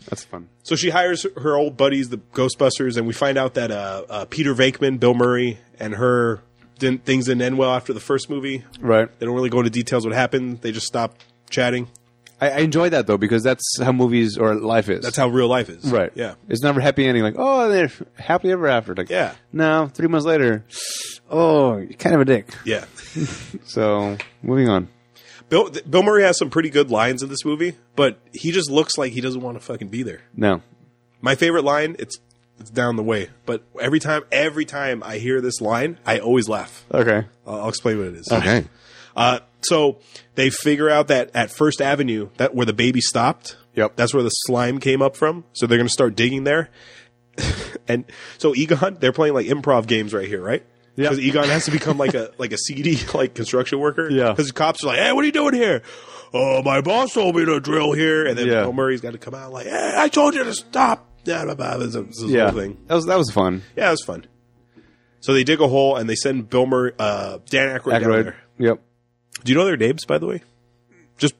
Speaker 3: That's fun.
Speaker 1: So she hires her old buddies, the Ghostbusters, and we find out that uh, uh, Peter Venkman, Bill Murray, and her didn't things didn't end well after the first movie.
Speaker 3: Right.
Speaker 1: They don't really go into details what happened. They just stop chatting.
Speaker 3: I, I enjoy that though because that's how movies or life is.
Speaker 1: That's how real life is.
Speaker 3: Right.
Speaker 1: Yeah.
Speaker 3: It's never happy ending. Like, oh, they're happy ever after. Like,
Speaker 1: Yeah.
Speaker 3: No, three months later. Oh, you're kind of a dick.
Speaker 1: Yeah.
Speaker 3: So moving on.
Speaker 1: Bill Bill Murray has some pretty good lines in this movie, but he just looks like he doesn't want to fucking be there.
Speaker 3: No.
Speaker 1: My favorite line, it's it's down the way, but every time every time I hear this line, I always laugh.
Speaker 3: Okay.
Speaker 1: I'll, I'll explain what it is.
Speaker 2: Okay.
Speaker 1: Uh, so they figure out that at First Avenue, that where the baby stopped,
Speaker 3: Yep.
Speaker 1: that's where the slime came up from. So they're going to start digging there. and so Egon, they're playing like improv games right here, right?
Speaker 3: Yeah.
Speaker 1: Because Egon has to become like a like a seedy like construction worker.
Speaker 3: Yeah.
Speaker 1: Because the cops are like, "Hey, what are you doing here?" Oh, my boss told me to drill here, and then
Speaker 3: Yeah.
Speaker 1: Bill Murray's got to come out like, "Hey, I told you to stop." Blah, blah, blah. This, this
Speaker 3: Yeah.
Speaker 1: whole thing.
Speaker 3: That was that was fun.
Speaker 1: Yeah, it was fun. So they dig a hole and they send Bill Murray, uh, Dan Aykroyd, down
Speaker 3: Aykroyd.
Speaker 1: there.
Speaker 3: Yep.
Speaker 1: Do you know their names, by the way? Just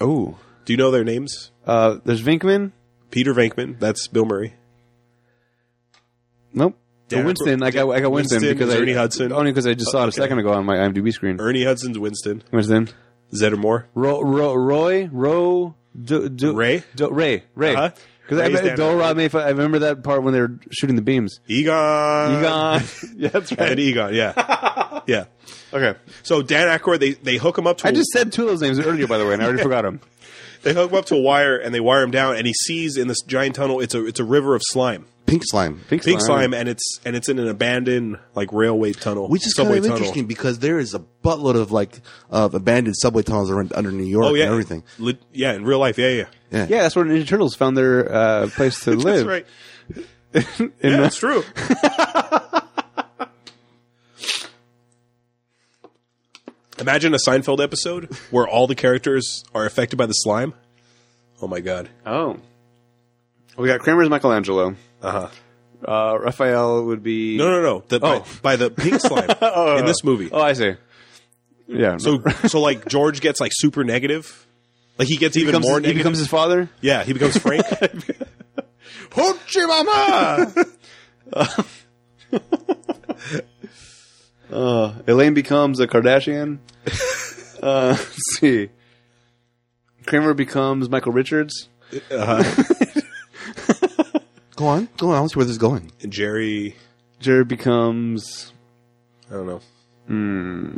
Speaker 3: Oh.
Speaker 1: do you know their names?
Speaker 3: Uh, there's Vinkman.
Speaker 1: Peter Venkman, that's Bill Murray.
Speaker 3: Nope.
Speaker 1: Dan Aykroyd-
Speaker 3: Winston. I got I got Winston,
Speaker 1: Winston
Speaker 3: because
Speaker 1: is
Speaker 3: I
Speaker 1: Ernie Hudson. Er-
Speaker 3: Only because I just saw it a second ago on my IMDb screen.
Speaker 1: Ernie Hudson's Winston,
Speaker 3: Winston.
Speaker 1: Zetter Moore.
Speaker 3: Ro, Ro, Roy, Ro, do, do,
Speaker 1: Ray?
Speaker 3: do, Ray, Ray.
Speaker 1: Uh-huh.
Speaker 3: Because I,
Speaker 1: Ray's
Speaker 3: bet-
Speaker 1: Dan
Speaker 3: Dol
Speaker 1: Aykroyd.
Speaker 3: Rameh- I remember that part when they were shooting the beams.
Speaker 1: Egon.
Speaker 3: Egon. yeah, that's
Speaker 1: And
Speaker 3: right.
Speaker 1: Egon, yeah. yeah.
Speaker 3: Okay.
Speaker 1: So Dan Aykroyd, they, they hook him up to
Speaker 3: I
Speaker 1: a-
Speaker 3: just said two of those names earlier, by the way, and I already forgot them.
Speaker 1: they hook him up to a wire and they wire him down and he sees in this giant tunnel it's a it's a river of slime.
Speaker 2: Pink slime.
Speaker 1: Pink slime and it's and it's in an abandoned like railway tunnel.
Speaker 2: Which is kind of interesting because there is a buttload of like of abandoned subway tunnels around under New York
Speaker 1: Oh yeah.
Speaker 2: and everything.
Speaker 1: Le- yeah, in real life, yeah, yeah.
Speaker 3: Yeah, that's where Ninja Turtles found their uh, place to
Speaker 1: That's
Speaker 3: live.
Speaker 1: right.
Speaker 3: In
Speaker 1: Yeah,
Speaker 3: the-
Speaker 1: that's true. Imagine a Seinfeld episode where all the characters are affected by the slime. Oh my god.
Speaker 3: oh. We got Kramer's Michelangelo.
Speaker 1: Uh-huh.
Speaker 3: Uh, Raphael would be.
Speaker 1: No, no, no. The, by-
Speaker 3: Oh.
Speaker 1: by, the pink slime in this movie.
Speaker 3: Oh, I see. Yeah.
Speaker 1: So, so like George gets like super negative. Like he gets even
Speaker 3: becomes,
Speaker 1: more
Speaker 3: he
Speaker 1: negative.
Speaker 3: becomes his father.
Speaker 1: yeah, he becomes Frank.
Speaker 3: Hoochie mama. uh, Elaine becomes a Kardashian. Uh, let's see. Kramer becomes Michael Richards.
Speaker 2: Go on, go on. I want to see where this is going.
Speaker 1: and Jerry,
Speaker 3: Jerry becomes
Speaker 1: I don't know.
Speaker 3: Hmm.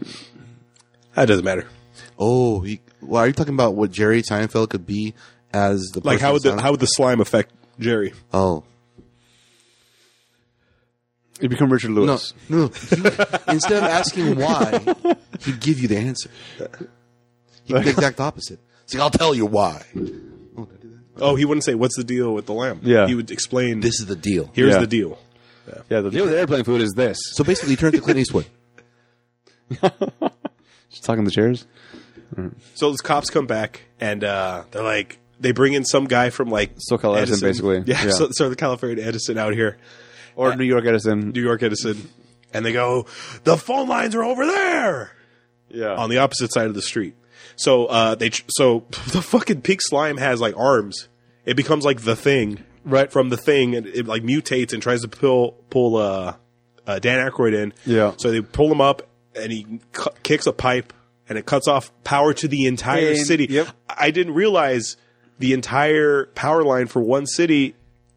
Speaker 1: That doesn't matter.
Speaker 2: Oh, he, well, are you talking about what Jerry Seinfeld could be as the
Speaker 1: Like
Speaker 2: person
Speaker 1: how would
Speaker 2: Seinfeld-
Speaker 1: the, how would the slime affect Jerry?
Speaker 2: oh
Speaker 3: you become Richard
Speaker 2: Oh. no
Speaker 3: Lewis.
Speaker 2: no instead of asking why he'd give you the answer he'd be the exact opposite. It's like I'll tell you why.
Speaker 1: Oh, he wouldn't say what's the deal with the lamp.
Speaker 3: Yeah.
Speaker 1: he would explain.
Speaker 2: This is the deal.
Speaker 1: Here's
Speaker 3: Yeah.
Speaker 1: the deal.
Speaker 3: Yeah, the deal with airplane food is this.
Speaker 2: So basically, he turned to Clint Eastwood.
Speaker 3: Just talking to the chairs.
Speaker 1: So those cops come back and uh, they're like, they bring in some guy from like
Speaker 3: SoCal Edison, basically.
Speaker 1: Yeah,
Speaker 3: Yeah.
Speaker 1: So, so the California Edison out here,
Speaker 3: Or New York Edison.
Speaker 1: New York Edison, and they go, the phone lines are over there
Speaker 3: Yeah.
Speaker 1: on the opposite side of the street. So uh, they tr- so the fucking pink slime has like arms. It becomes like the thing,
Speaker 3: Right.
Speaker 1: From the thing, and it like mutates and tries to pull pull uh, uh, Dan Aykroyd in.
Speaker 3: Yeah.
Speaker 1: So they pull him up, and he cu- kicks a pipe and it cuts off power to the entire
Speaker 3: And-
Speaker 1: city.
Speaker 3: yep.
Speaker 1: I didn't realize the entire power line for one city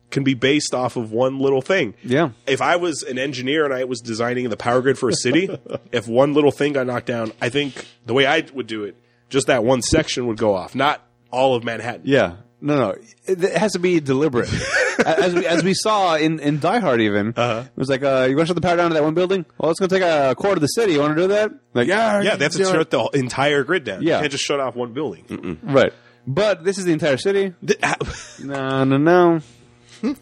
Speaker 1: can be based off of one little thing.
Speaker 3: Yeah.
Speaker 1: If I was an engineer and I was designing the power grid for a city, if one little thing got knocked down, I think the way I would do it, just that one section would go off, not all of Manhattan.
Speaker 3: Yeah. No, no. It, it has to be deliberate. as, we, as we saw in, in Die Hard, even, uh it was like, uh, you want to shut the power down to that one building? Well, it's going to take a quarter of the city. You want to do that? Like, yeah.
Speaker 1: Yeah, they have to
Speaker 3: you know,
Speaker 1: shut the entire grid down.
Speaker 3: Yeah.
Speaker 1: You can't just shut off one building.
Speaker 3: Right. But this is the entire city. No, no, no. this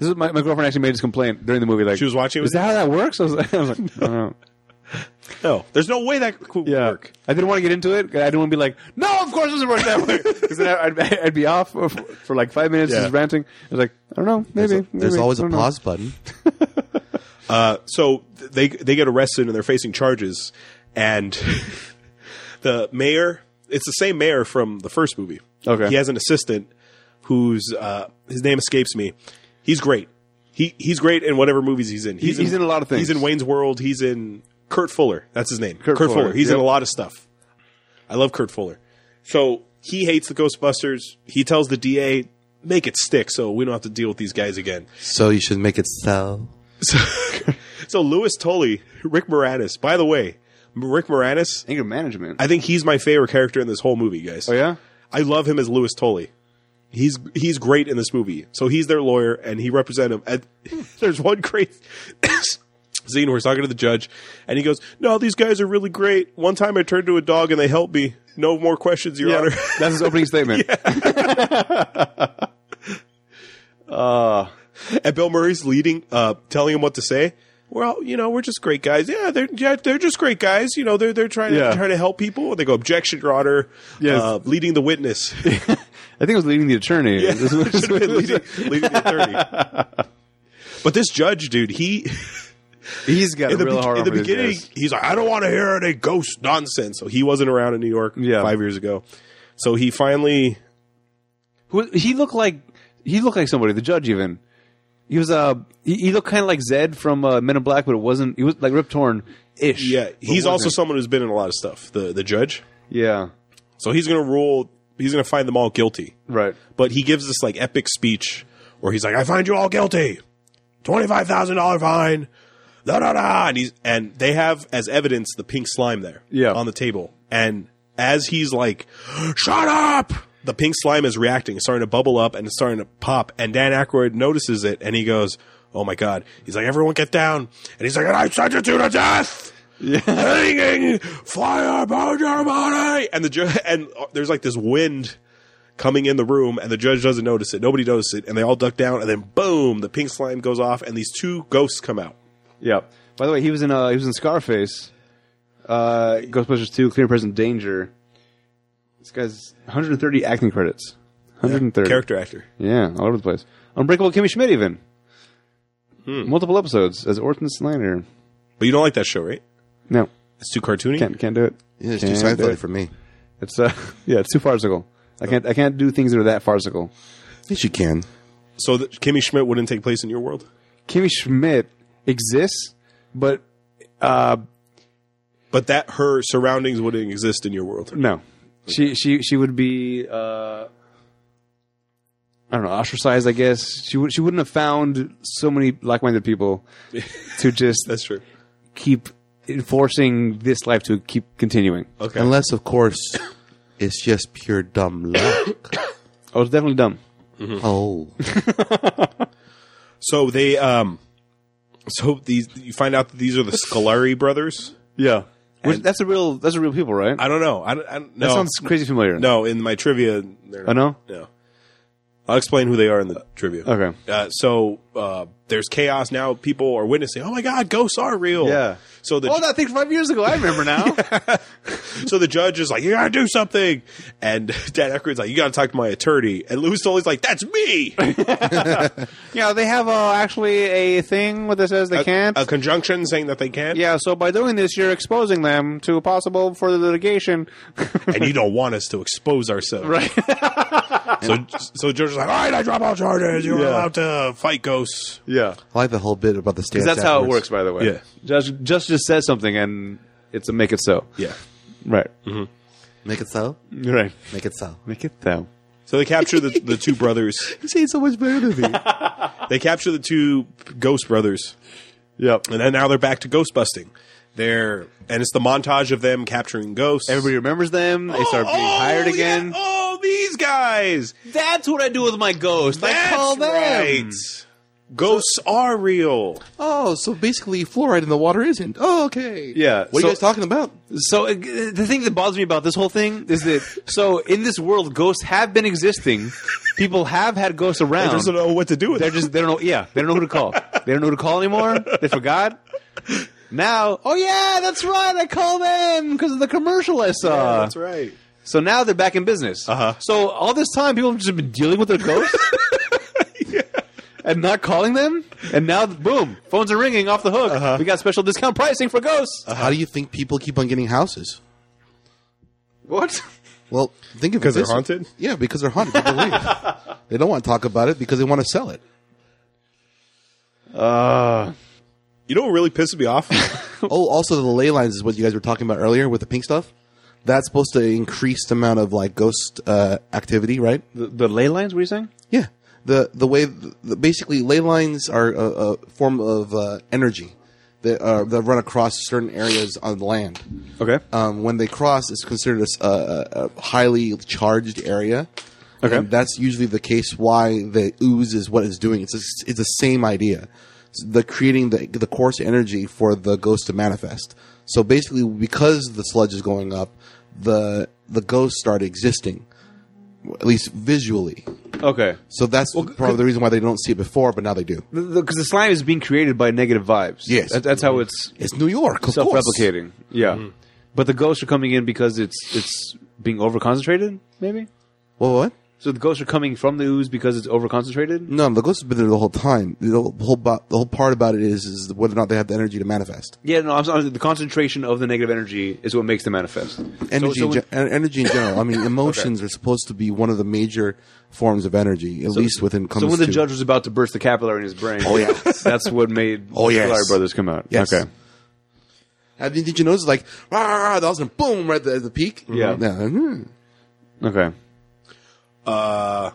Speaker 3: is my, my girlfriend actually made this complaint during the movie. Like
Speaker 1: She was watching it with
Speaker 3: Is that how that works? I was, I was like, no.
Speaker 1: no, there's no way that could
Speaker 3: Yeah.
Speaker 1: work.
Speaker 3: I didn't want to get into it. I didn't want to be like, no, of course it doesn't work that way. Because then I'd, I'd be off for, for like five minutes
Speaker 1: Yeah.
Speaker 3: just ranting. I was like, I don't know, maybe.
Speaker 2: There's, a- there's
Speaker 3: maybe.
Speaker 2: always
Speaker 3: I
Speaker 2: a
Speaker 3: don't know.
Speaker 2: pause button.
Speaker 1: so th- they they get arrested and they're facing charges, and the mayor it's the same mayor from the first movie.
Speaker 3: Okay.
Speaker 1: he has an assistant who's uh, his name escapes me. He's great. He he's great in whatever movies he's in.
Speaker 3: he's in a lot of things.
Speaker 1: He's in Wayne's World. He's in Kurt Fuller. That's his name. Kurt, Fuller.
Speaker 3: Fuller,
Speaker 1: He's in
Speaker 3: yep.
Speaker 1: a lot of stuff. I love Kurt Fuller. So he hates the Ghostbusters. He tells the DA make it stick so we don't have to deal with these guys again.
Speaker 2: So you should make it sell.
Speaker 1: So, so Louis Tully, Rick Moranis. By the way, Rick Moranis,
Speaker 3: Anger management.
Speaker 1: I think he's my favorite character in this whole movie, guys.
Speaker 3: oh, yeah?
Speaker 1: I love him as Louis Tully. He's he's great in this movie. So he's their lawyer, and he represents him. And there's one great scene where he's talking to the judge, and he goes, "No, these guys are really great. One time I turned to a dog, and they helped me. No more questions, Your Honor."
Speaker 3: That's his opening statement. uh,
Speaker 1: and Bill Murray's leading, uh, telling him what to say. Well, you know, we're just great guys. Yeah, they're yeah, they're just great guys. You know, they're they're trying to
Speaker 3: Yeah.
Speaker 1: trying to help people. And they go objection, Your Honor.
Speaker 3: Yes.
Speaker 1: Uh, leading the witness, Should
Speaker 3: I think it was leading the attorney. This was-
Speaker 1: have been leading, leading the attorney. But this judge, dude, he
Speaker 3: he's got
Speaker 1: in
Speaker 3: a
Speaker 1: the,
Speaker 3: real
Speaker 1: be-
Speaker 3: hard
Speaker 1: in the
Speaker 3: on these
Speaker 1: beginning,
Speaker 3: guys.
Speaker 1: he's like, I don't want to hear any ghost nonsense. So he wasn't around in New York
Speaker 3: Yeah.
Speaker 1: five years ago. So he finally,
Speaker 3: Who- He looked like he looked like somebody. The judge even. He was uh he, he looked kind of like Zed from uh, Men in Black, but it wasn't. He was like Rip Torn ish.
Speaker 1: yeah, he's also someone who's been in a lot of stuff. The the judge,
Speaker 3: yeah
Speaker 1: so he's gonna rule. He's gonna find them all guilty.
Speaker 3: right.
Speaker 1: but he gives this like epic speech where he's like, "I find you all guilty, twenty five thousand dollar fine, da da da," and he's and they have as evidence the pink slime there,
Speaker 3: Yeah.
Speaker 1: on the table, and as he's like, "Shut up." The pink slime is reacting, it's starting to bubble up and it's starting to pop. And Dan Aykroyd notices it and he goes, "Oh my god!" He's like, "Everyone get down!" And he's like, "And I sentence you to death." Hanging fire burn your body, and the ju- and uh, there's like this wind coming in the room, and the judge doesn't notice it. Nobody notices it, and they all duck down, and then boom, the pink slime goes off, and these two ghosts come out.
Speaker 3: Yeah. By the way, he was in uh he was in Scarface, uh Ghostbusters two, Clear and Present Danger. This guy's 130 acting credits. 130
Speaker 1: Character actor.
Speaker 3: Yeah, all over the place. Unbreakable Kimmy Schmidt even.
Speaker 1: Hmm.
Speaker 3: Multiple episodes as Orson Sliner.
Speaker 1: But you don't like that show, right?
Speaker 3: No,
Speaker 1: It's too cartoony.
Speaker 3: can't can't do it.
Speaker 2: Yeah, it's too
Speaker 3: Can't do
Speaker 2: Seinfeld
Speaker 3: it.
Speaker 2: for me.
Speaker 3: It's uh, yeah, it's too farcical. I can't I can't do things that are that farcical.
Speaker 2: Yes, you can.
Speaker 1: So that Kimmy Schmidt wouldn't take place in your world,
Speaker 3: Kimmy Schmidt exists, but uh,
Speaker 1: but that her surroundings wouldn't exist in your world.
Speaker 3: no, she she she would be uh, I don't know ostracized. I guess she would she wouldn't have found so many like minded people to just
Speaker 1: That's true.
Speaker 3: keep enforcing this life to keep continuing.
Speaker 1: Okay.
Speaker 2: Unless, of course, it's just pure dumb luck.
Speaker 3: I was definitely dumb.
Speaker 2: oh.
Speaker 1: So they um, so these you find out that these are the Scolari brothers.
Speaker 3: Yeah, Which, that's a real that's a real people, right?
Speaker 1: I don't know. I don't. I don't no.
Speaker 3: that sounds crazy familiar.
Speaker 1: no. In my trivia, they're
Speaker 3: I
Speaker 1: not-
Speaker 3: know.
Speaker 1: No. I'll explain who they are in the trivia.
Speaker 3: Okay.
Speaker 1: Uh, so uh, there's chaos now. People are witnessing. Oh my God, ghosts are real.
Speaker 3: Yeah.
Speaker 1: So the
Speaker 3: Oh, that thing five years ago. I remember now.
Speaker 1: so the judge is like, you gotta do something, and Dan Aykroyd's like, you gotta talk to my attorney, and Louis Tully's like, that's me.
Speaker 3: Yeah, they have uh, actually a thing where that says they can't.
Speaker 1: A conjunction saying that they can't.
Speaker 3: yeah, so by doing this, you're exposing them to possible further litigation.
Speaker 1: And you don't want us to expose ourselves. Right. so so the judge is like, all right, I drop all charges. You're
Speaker 3: Yeah.
Speaker 1: allowed to fight ghosts.
Speaker 3: Yeah,
Speaker 2: I like the whole bit about the stance.
Speaker 3: that's how it
Speaker 2: afterwards.
Speaker 3: works, by the way.
Speaker 1: Yeah.
Speaker 3: Judge, judge just says something, and It's a make it so.
Speaker 1: Yeah.
Speaker 3: Right.
Speaker 2: Make it so.
Speaker 3: Right.
Speaker 2: Make it so.
Speaker 3: Make it so.
Speaker 1: So they capture the, the two brothers.
Speaker 2: You say it so much better than me.
Speaker 1: They capture the two ghost brothers,
Speaker 3: Yep.
Speaker 1: and then now they're back to ghost busting. They're and it's the montage of them capturing ghosts.
Speaker 3: Everybody remembers them. They start being
Speaker 1: Oh,
Speaker 3: hired
Speaker 1: yeah.
Speaker 3: again.
Speaker 1: Oh, these guys.
Speaker 3: That's what I do with my ghost.
Speaker 1: That's right. Ghosts are real.
Speaker 2: Oh, so basically fluoride in the water isn't. Oh, okay.
Speaker 3: Yeah,
Speaker 2: What
Speaker 3: so-
Speaker 2: are you guys talking about?
Speaker 3: So uh, g- the thing that bothers me about this whole thing is that so in this world, ghosts have been existing. People have had ghosts
Speaker 1: I
Speaker 3: around.
Speaker 1: just don't know what to do with
Speaker 3: Um, They're
Speaker 1: it.
Speaker 3: just they don't know. Yeah, they don't know who to call. They don't know who to call anymore. They forgot. Now, oh yeah, that's right. I call them because of the commercial I saw.
Speaker 1: That's right.
Speaker 3: So now they're back in business.
Speaker 1: Uh-huh.
Speaker 3: So all this time, people have just been dealing with their ghosts and not calling them. And now, boom, phones are ringing off the hook. We got special discount pricing for ghosts.
Speaker 2: How do you think people keep on getting houses?
Speaker 3: What?
Speaker 2: Well, think of it
Speaker 1: Because they're
Speaker 2: this-
Speaker 1: haunted?
Speaker 2: Yeah, because they're haunted. People leave. They don't want to talk about it because they want to sell it.
Speaker 1: You know what really pisses me off?
Speaker 2: Oh, also the ley lines is what you guys were talking about earlier with the pink stuff. That's supposed to increase the amount of like ghost uh, activity, right?
Speaker 3: The, the ley lines? What are you saying?
Speaker 2: Yeah. The the way the, basically ley lines are a, a form of uh, energy that uh, that run across certain areas on land.
Speaker 3: Okay.
Speaker 2: Um, when they cross, it's considered a s- a, a- a highly charged area.
Speaker 3: Okay.
Speaker 2: And that's usually the case. Why the ooze is what it's doing. It's a, it's the same idea. It's the creating the the coarse energy for the ghost to manifest. So basically, because the sludge is going up, the the ghosts start existing, at least visually.
Speaker 3: okay.
Speaker 2: So that's probably the reason why they don't see it before, but now they do.
Speaker 3: Because the, slime is being created by negative vibes.
Speaker 2: Yes.
Speaker 3: That, that's how it's
Speaker 2: It's New York, of course. Mm-hmm.
Speaker 3: self-replicating. Yeah. But the ghosts are coming in because it's it's being overconcentrated. Maybe.
Speaker 2: What? what?
Speaker 3: So the ghosts are coming from the ooze because it's overconcentrated.
Speaker 2: No, the ghost has been there the whole time. The whole whole bo- the whole part about it is is whether or not they have the energy to manifest.
Speaker 3: Yeah, no, I'm sorry. The concentration of the negative energy is what makes them manifest.
Speaker 2: Energy,
Speaker 3: so
Speaker 2: in,
Speaker 3: when-
Speaker 2: gen- en- energy in general. I mean, emotions are supposed to be one of the major forms of energy, at least within comes
Speaker 3: so when the
Speaker 2: to-
Speaker 3: judge was about to burst the capillary in his brain, oh
Speaker 2: yeah.
Speaker 3: that's what made
Speaker 2: Oh, yes.
Speaker 3: Capillary Brothers come out.
Speaker 2: Yes.
Speaker 3: Okay,
Speaker 2: I mean, did you notice like rah, rah, rah, that was a boom right at the, at the peak?
Speaker 3: Yeah.
Speaker 2: hmm.
Speaker 3: okay,
Speaker 1: Uh,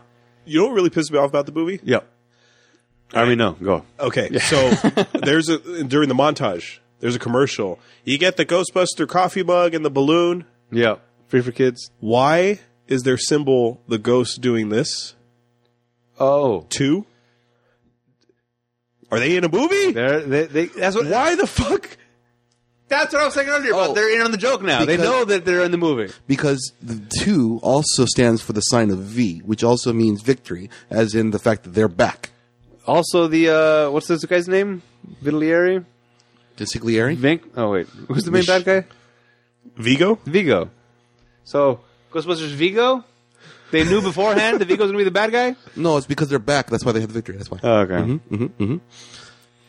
Speaker 1: you know what really pisses me off about the movie?
Speaker 3: yep. I already know. Go.
Speaker 1: Okay, so there's a during the montage, there's a commercial. You get the Ghostbuster coffee mug and the balloon.
Speaker 3: Yeah, free for kids.
Speaker 1: Why is their symbol the ghost doing this?
Speaker 3: Oh,
Speaker 1: Two? Are they in a movie?
Speaker 3: they're, they, they, that's what.
Speaker 1: Why the fuck?
Speaker 3: That's what I was saying earlier. But
Speaker 2: Oh.
Speaker 3: they're in on the joke now. they
Speaker 2: Because-
Speaker 3: know that they're in the movie.
Speaker 2: because the two also stands for the sign of V, which also means victory, as in the fact that they're back.
Speaker 3: Also, the uh, what's this guy's name? Vitalieri.
Speaker 2: Consigliere?
Speaker 3: Vink. Oh wait, who's the main bad guy?
Speaker 1: Vigo?
Speaker 3: Vigo. So Ghostbusters Vigo. They knew beforehand that Vigo's gonna be the bad guy.
Speaker 2: No, it's because they're back. That's why they have the victory. That's why.
Speaker 3: Oh, okay.
Speaker 2: Mm-hmm.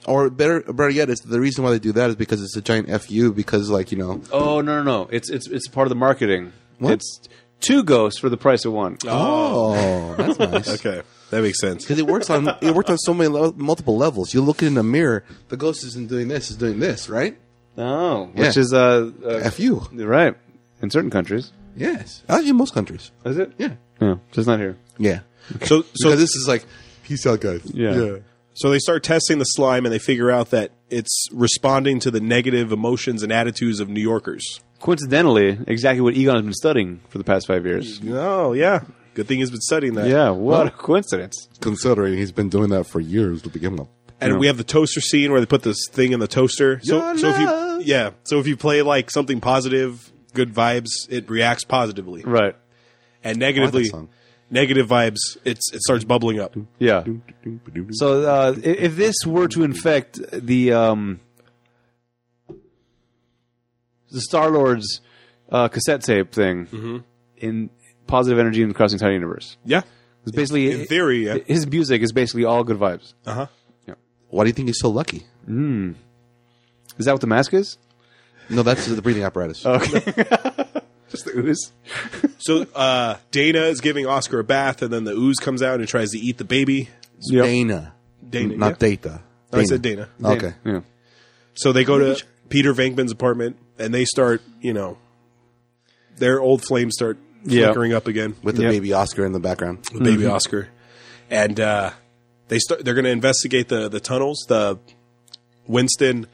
Speaker 2: or better, better yet, it's the reason why they do that is because it's a giant fu. Because like you know,
Speaker 3: Oh no no no! It's it's it's part of the marketing.
Speaker 2: What?
Speaker 3: It's two ghosts for the price of one.
Speaker 2: oh, that's nice.
Speaker 1: Okay, that makes sense.
Speaker 2: Because it works on it worked on so many le- multiple levels. You look in the mirror, the ghost isn't doing this; is doing this, right?
Speaker 3: Oh, which
Speaker 2: Yeah.
Speaker 3: is uh, uh
Speaker 2: Fu.
Speaker 3: right in certain countries.
Speaker 2: Yes, actually, most countries.
Speaker 3: Is it?
Speaker 2: Yeah,
Speaker 3: Yeah, just not here.
Speaker 2: yeah.
Speaker 1: So,
Speaker 2: So
Speaker 1: so,
Speaker 2: this is like peace out, guys.
Speaker 3: Yeah.
Speaker 1: so they start testing the slime and they figure out that it's responding to the negative emotions and attitudes of New Yorkers.
Speaker 3: Coincidentally, exactly what Egon has been studying for the past five years.
Speaker 1: Oh, yeah. Good thing he's been studying that.
Speaker 3: Yeah, what a coincidence!
Speaker 2: Considering he's been doing that for years to begin with.
Speaker 1: and
Speaker 3: Yeah.
Speaker 1: we have the toaster scene where they put this thing in the toaster. So,
Speaker 2: Your
Speaker 1: so if you
Speaker 2: love.
Speaker 1: yeah, so if you play like something positive, good vibes, it reacts positively,
Speaker 3: Right?
Speaker 1: and negatively,
Speaker 2: song.
Speaker 1: negative vibes, it's it starts bubbling up.
Speaker 3: Yeah. So uh, i- if this were to infect the um, the Star Lord's uh, cassette tape thing
Speaker 1: Mm-hmm.
Speaker 3: in positive energy in the Crossing Time universe,
Speaker 1: Yeah,
Speaker 3: it's basically
Speaker 1: in theory, yeah.
Speaker 3: his music is basically all good vibes.
Speaker 1: Uh huh.
Speaker 2: Why do you think he's so lucky?
Speaker 3: Is that what the mask is?
Speaker 2: No, that's the breathing apparatus.
Speaker 1: Oh,
Speaker 3: Just the ooze.
Speaker 1: So uh, Dana is giving Oscar a bath, and then the ooze comes out and tries to eat the baby.
Speaker 3: Yep.
Speaker 2: Dana,
Speaker 1: Dana,
Speaker 2: not
Speaker 1: yeah.
Speaker 2: Data.
Speaker 1: No, I said Dana.
Speaker 2: Okay.
Speaker 3: Yeah.
Speaker 1: So they go to Peter Venkman's apartment. and they start, you know, their old flames start
Speaker 3: Yeah.
Speaker 1: flickering up again with
Speaker 2: with the
Speaker 3: Yep.
Speaker 2: baby Oscar in the background.
Speaker 1: the
Speaker 3: Mm-hmm.
Speaker 1: baby Oscar, and uh, they start. They're going to investigate the the tunnels. The Winston,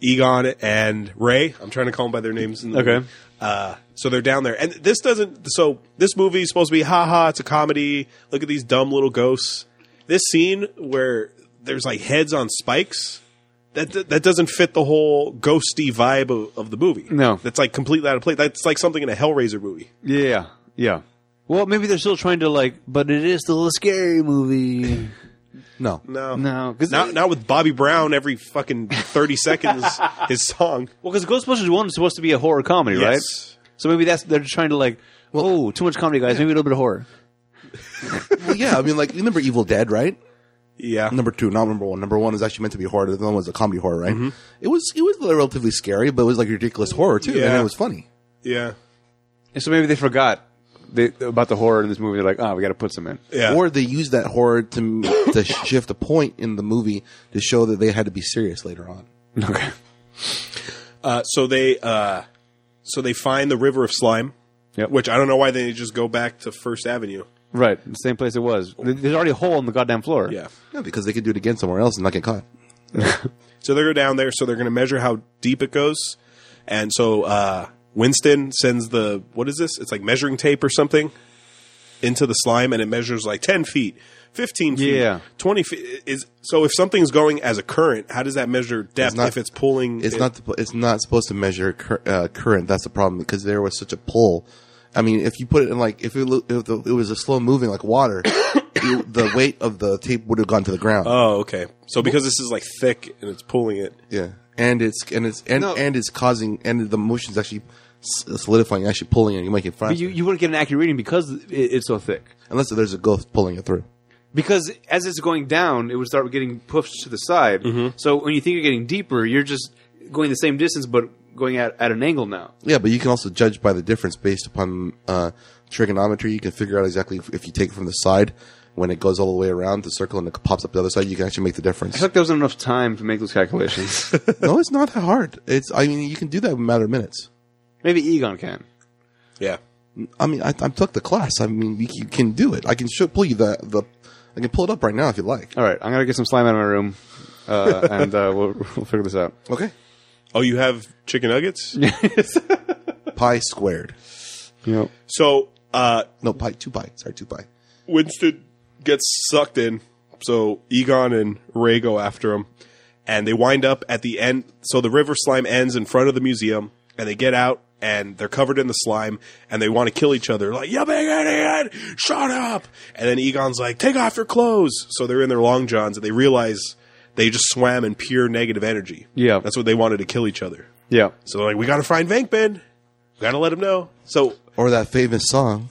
Speaker 1: Egon, and Ray. I'm trying to call them by their names. In the
Speaker 3: Okay.
Speaker 1: movie. Uh, so they're down there, and this doesn't. So this movie is supposed to be, ha ha, it's a comedy. Look at these dumb little ghosts. This scene where there's like heads on spikes. That, that, that doesn't fit the whole ghosty vibe of, of the movie.
Speaker 3: No.
Speaker 1: that's like completely out of place. That's like something in a Hellraiser movie.
Speaker 3: Yeah, yeah. Well, maybe they're still trying to like, but it is still a scary movie.
Speaker 2: No,
Speaker 1: No,
Speaker 3: no, because
Speaker 1: Not, not with Bobby Brown every fucking 30 seconds, his song.
Speaker 3: well, because Ghostbusters one is supposed to be a horror comedy,
Speaker 1: Yes.
Speaker 3: right? So maybe that's they're just trying to like, oh, too much comedy, guys. Maybe a little bit of horror.
Speaker 2: well, yeah, I mean, like you remember Evil Dead, right?
Speaker 1: Yeah.
Speaker 2: Number two, not number one. Number one is actually meant to be horror. The other one was a comedy horror, right?
Speaker 1: Mm-hmm.
Speaker 2: It was it was relatively scary, but it was like ridiculous horror too,
Speaker 1: Yeah.
Speaker 2: and it was funny.
Speaker 1: Yeah.
Speaker 3: And so maybe they forgot they, about the horror in this movie. They're like, oh, we got to put some in.
Speaker 1: Yeah.
Speaker 2: Or they used that horror to to shift a point in the movie to show that they had to be serious later on.
Speaker 3: Okay.
Speaker 1: uh, so they uh, so they find the river of slime,
Speaker 3: Yep.
Speaker 1: which I don't know why they didn't just go back to First Avenue.
Speaker 3: Right, the same place it was. There- There's already a hole in the goddamn floor.
Speaker 1: Yeah.
Speaker 2: Yeah, because they could do it again somewhere else and not get caught.
Speaker 1: So they go down there. So they're going to measure how deep it goes. And so uh, Winston sends the what is this? It's like measuring tape or something into the slime, and it measures like ten feet, fifteen feet,
Speaker 3: Yeah.
Speaker 1: twenty feet. Is so if something's going as a current, how does that measure depth?
Speaker 2: not-
Speaker 1: if it's pulling,
Speaker 2: It's
Speaker 1: it-
Speaker 2: not the, it's not supposed to measure cur- uh, current. That's the problem because there was such a pull. I mean, if you put it in like if it, lo- if the, it was a slow moving like water, you- the weight of the tape would have gone to the ground.
Speaker 1: Oh, okay. So because this is like thick and it's pulling it.
Speaker 2: yeah, and it's and it's and, and it's causing and the motion's actually s- solidifying, actually pulling it. You might get faster
Speaker 3: But you, you wouldn't get an accurate reading because it, it's so thick.
Speaker 2: unless there's a ghost pulling it through.
Speaker 3: Because as it's going down, it would start getting pushed to the side. So when you think you're getting deeper, you're just going the same distance, but going at, at an angle now.
Speaker 2: Yeah, but you can also judge by the difference based upon uh, trigonometry. You can figure out exactly if, if you take it from the side when it goes all the way around the circle and it pops up the other side. You can actually make the difference.
Speaker 3: I feel like there wasn't enough time to make those calculations.
Speaker 2: no, it's not that hard. It's I mean you can do that in a matter of minutes.
Speaker 3: Maybe Egon can.
Speaker 1: Yeah.
Speaker 2: I mean I, I took the class. I mean you, you can do it. I can show, pull you the the. I can pull it up right now if you like.
Speaker 3: All right, I'm gonna get some slime out of my room, uh, and uh, we'll, we'll figure this out.
Speaker 2: Okay.
Speaker 1: Oh, you have chicken nuggets?
Speaker 2: Pi squared.
Speaker 3: Yep.
Speaker 1: so, uh,
Speaker 2: No pi two pi. Sorry two pi.
Speaker 1: Winston gets sucked in. So Egon and Ray go after him, and they wind up at the end. So the river slime ends in front of the museum, and they get out, and they're covered in the slime, and they want to kill each other. Like, you big idiot! Shut up! And then Egon's like, take off your clothes. So they're in their long johns, and they realize they just swam in pure negative energy.
Speaker 3: Yeah.
Speaker 1: that's what they wanted to kill each other.
Speaker 3: Yeah.
Speaker 1: So they're like, we gotta find Venkman. We gotta let him know. So
Speaker 2: Or that famous song.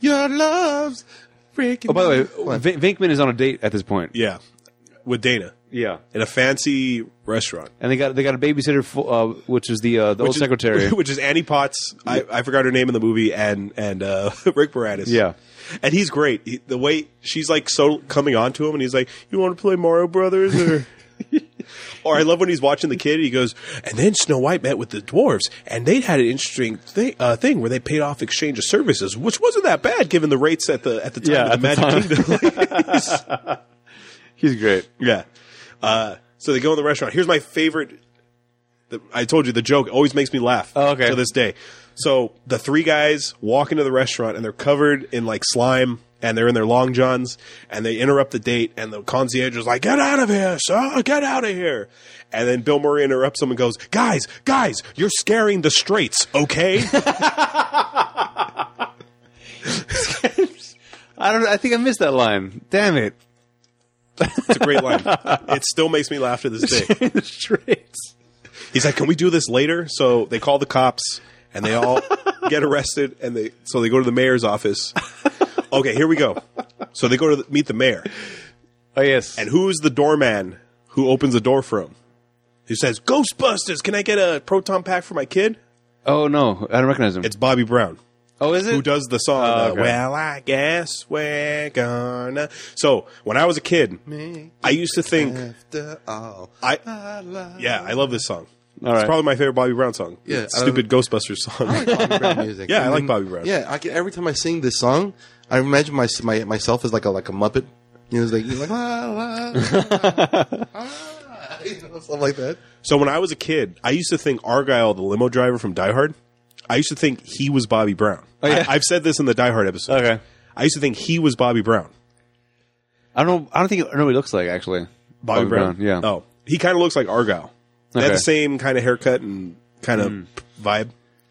Speaker 2: Your love's freaking.
Speaker 3: Oh, by the way, Vin- Vinkman is on a date at this point.
Speaker 1: yeah, with Dana
Speaker 3: Yeah.
Speaker 1: in a fancy restaurant,
Speaker 3: And they got they got a babysitter, fo- uh, which is the uh, the old
Speaker 1: Which is-
Speaker 3: secretary.
Speaker 1: which is Annie Potts. I, I forgot her name in the movie, and and uh, Rick Moranis.
Speaker 3: Yeah.
Speaker 1: and he's great. He, the way she's like so coming on to him, and he's like, "You want to play Mario Brothers?" Or Or I love when he's watching the kid. He goes, and then Snow White met with the dwarves, and they had an interesting thi- uh, thing where they paid off exchange of services, which wasn't that bad given the rates at the at the time
Speaker 3: Yeah,
Speaker 1: of the
Speaker 3: at
Speaker 1: Magic
Speaker 3: the
Speaker 1: Kingdom.
Speaker 3: He's great.
Speaker 1: Yeah. Uh, so they go in the restaurant. Here's my favorite. The, I told you the joke always makes me laugh
Speaker 3: Oh, okay.
Speaker 1: to this day. So the three guys walk into the restaurant and they're covered in like slime and they're in their long johns and they interrupt the date and the concierge is like, get out of here, sir, get out of here. And then Bill Murray interrupts them and goes, guys, guys, you're scaring the straights, okay?
Speaker 3: I don't. I think I missed that line. Damn it!
Speaker 1: it's a great line. It still makes me laugh to this day.
Speaker 3: Straights.
Speaker 1: He's like, "Can we do this later?" So they call the cops, and they all get arrested, and they so they go to the mayor's office. Okay, here we go. So they go to the, meet the mayor,
Speaker 3: Oh yes.
Speaker 1: and who's the doorman who opens the door for him? Who says, "Ghostbusters, can I get a proton pack for my kid?"
Speaker 3: oh no, I don't recognize him.
Speaker 1: It's Bobby Brown
Speaker 3: oh, is it?
Speaker 1: who does the song. uh,
Speaker 3: okay.
Speaker 1: well, I guess we're gonna. So when I was a kid, I used to think,
Speaker 2: After all,
Speaker 1: I yeah, I love this song.
Speaker 3: All
Speaker 1: It's
Speaker 3: right.
Speaker 1: probably my favorite Bobby Brown song.
Speaker 2: Yeah,
Speaker 1: stupid Ghostbusters song.
Speaker 2: Bobby Brown music.
Speaker 1: Yeah, I
Speaker 2: And
Speaker 1: like
Speaker 2: then-
Speaker 1: Bobby Brown.
Speaker 2: Yeah, I can, every time I sing this song, I imagine my, my myself as like a like a Muppet. You know, it's like, he's like la, la, la, la," you know, stuff like that.
Speaker 1: so when I was a kid, I used to think Argyle, the limo driver from Die Hard, I used to think he was Bobby Brown.
Speaker 3: Oh, yeah.
Speaker 1: I, have said this in the Die Hard episode.
Speaker 3: Okay.
Speaker 1: I used to think he was Bobby Brown.
Speaker 3: I don't. I don't think I know what he looks like actually.
Speaker 1: Bobby, Brown.
Speaker 3: Yeah.
Speaker 1: Oh, he kind of looks like Argyle. They had
Speaker 3: Okay.
Speaker 1: the same kind of haircut and kind of
Speaker 3: Mm.
Speaker 1: vibe.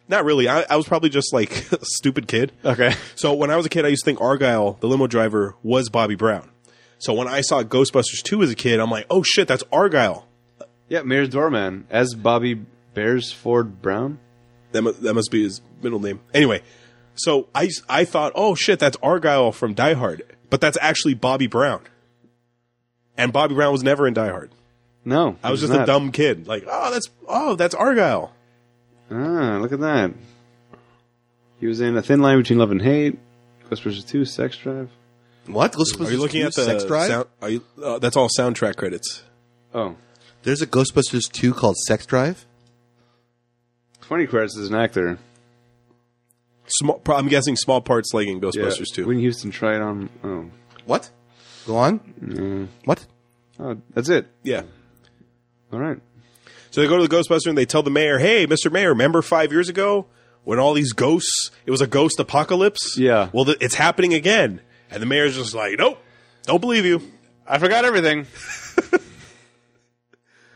Speaker 1: Not really. I, I was probably just like a stupid kid.
Speaker 3: Okay.
Speaker 1: So when I was a kid, I used to think Argyle, the limo driver, was Bobby Brown. So when I saw Ghostbusters 2 as a kid, I'm like, oh shit, that's Argyle.
Speaker 3: Yeah. Mayor's doorman as Bobby Beresford Brown.
Speaker 1: That, mu- that must be his middle name. Anyway, so I, s- I thought, oh shit, that's Argyle from Die Hard. But that's actually Bobby Brown. And Bobby Brown was never in Die Hard.
Speaker 3: No,
Speaker 1: I was
Speaker 3: he's
Speaker 1: just a
Speaker 3: not.
Speaker 1: dumb kid. Like, oh, that's oh, that's Argyle.
Speaker 3: Ah, look at that. He was in a thin line between love and hate. Ghostbusters Two, Sex Drive.
Speaker 2: What? Ghostbusters
Speaker 1: Are you looking
Speaker 2: 2
Speaker 1: at the
Speaker 2: sex drive?
Speaker 1: Sound, are you, uh, that's all soundtrack credits.
Speaker 3: Oh.
Speaker 2: There's a Ghostbusters two called Sex Drive.
Speaker 3: 20 credits as an actor.
Speaker 1: Small, pro- I'm guessing small parts legging Ghostbusters
Speaker 3: Yeah.
Speaker 1: too.
Speaker 3: Whitney Houston tried on. Oh.
Speaker 2: What? Mm. Go on. What?
Speaker 3: oh, that's it.
Speaker 1: Yeah.
Speaker 3: All right.
Speaker 1: So they go to the Ghostbuster and they tell the mayor, "Hey, Mr. Mayor, remember five years ago when all these ghosts? It was a ghost apocalypse.
Speaker 3: Yeah.
Speaker 1: Well, th- it's happening again." And the mayor's just like, "Nope, don't believe you."
Speaker 3: I forgot everything.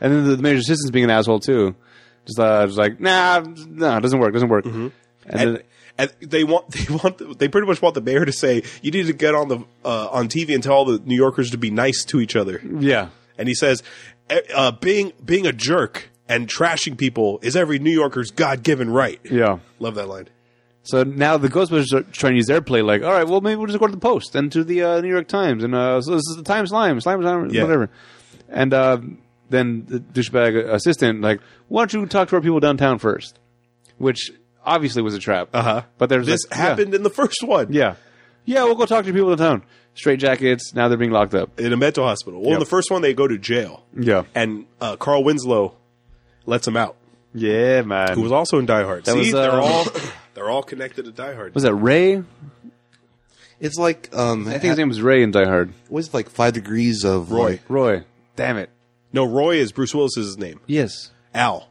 Speaker 3: and then the major assistant's being an asshole too. Just, uh, just like, nah, nah, doesn't work, doesn't work. And,
Speaker 1: And,
Speaker 3: then,
Speaker 1: and they want they want the, they pretty much want the mayor to say, "You need to get on the uh, on TV and tell all the New Yorkers to be nice to each other."
Speaker 3: yeah,
Speaker 1: and he says, "Eh, uh, "Being being a jerk and trashing people is every New Yorker's God given right."
Speaker 3: yeah.
Speaker 1: Love that line.
Speaker 3: So now the Ghostbusters are trying to use their play, like, all right, well, maybe we'll just go to the Post and to the uh, New York Times, and uh, so this is the Times Slime, Slime, Slime
Speaker 1: Yeah.
Speaker 3: whatever. And uh, then the douchebag assistant, like, why don't you talk to our people downtown first? Which obviously was a trap. Uh
Speaker 1: Uh-huh.
Speaker 3: But there's
Speaker 1: This
Speaker 3: like, yeah.
Speaker 1: happened in the first one
Speaker 3: Yeah. Yeah, we'll go talk to people in town. Straight jackets. Now they're being locked up.
Speaker 1: in a mental hospital. Well, in
Speaker 3: Yep.
Speaker 1: the first one, they go to jail,
Speaker 3: Yeah.
Speaker 1: and uh, Carl Winslow lets him out,
Speaker 3: Yeah, man.
Speaker 1: who was also in Die Hard. See,
Speaker 3: was, uh,
Speaker 1: they're all they're all connected to Die Hard.
Speaker 3: was that Ray?
Speaker 2: It's like um,
Speaker 3: I think his name was Ray in Die Hard.
Speaker 2: was like five degrees of
Speaker 1: Roy.
Speaker 2: like-
Speaker 3: Roy. Damn it.
Speaker 1: No, Roy is Bruce Willis's name.
Speaker 3: Yes.
Speaker 1: Al.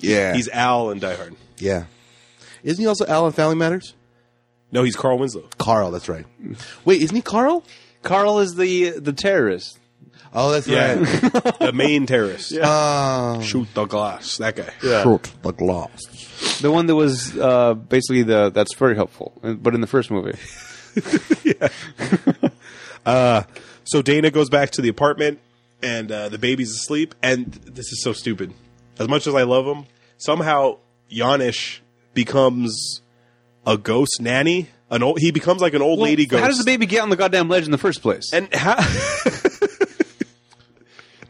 Speaker 2: yeah,
Speaker 1: He's Al in Die Hard.
Speaker 2: yeah. Isn't he also Alan Family Matters?
Speaker 1: No, he's Carl Winslow.
Speaker 2: Carl, that's right. Wait, isn't he Carl?
Speaker 3: Carl is the the terrorist.
Speaker 2: Oh, that's right.
Speaker 1: the main terrorist.
Speaker 2: Oh.
Speaker 1: Shoot the glass. That guy.
Speaker 2: Short the glass.
Speaker 3: The one that was uh, basically the that's very helpful, but in the first movie.
Speaker 1: So Dana goes back to the apartment, and uh, the baby's asleep. And this is so stupid. As much as I love him, somehow Yanish becomes a ghost nanny. An old, he becomes like an old lady
Speaker 3: Well,
Speaker 1: ghost.
Speaker 3: How does the baby get on the goddamn ledge in the first place?
Speaker 1: and how,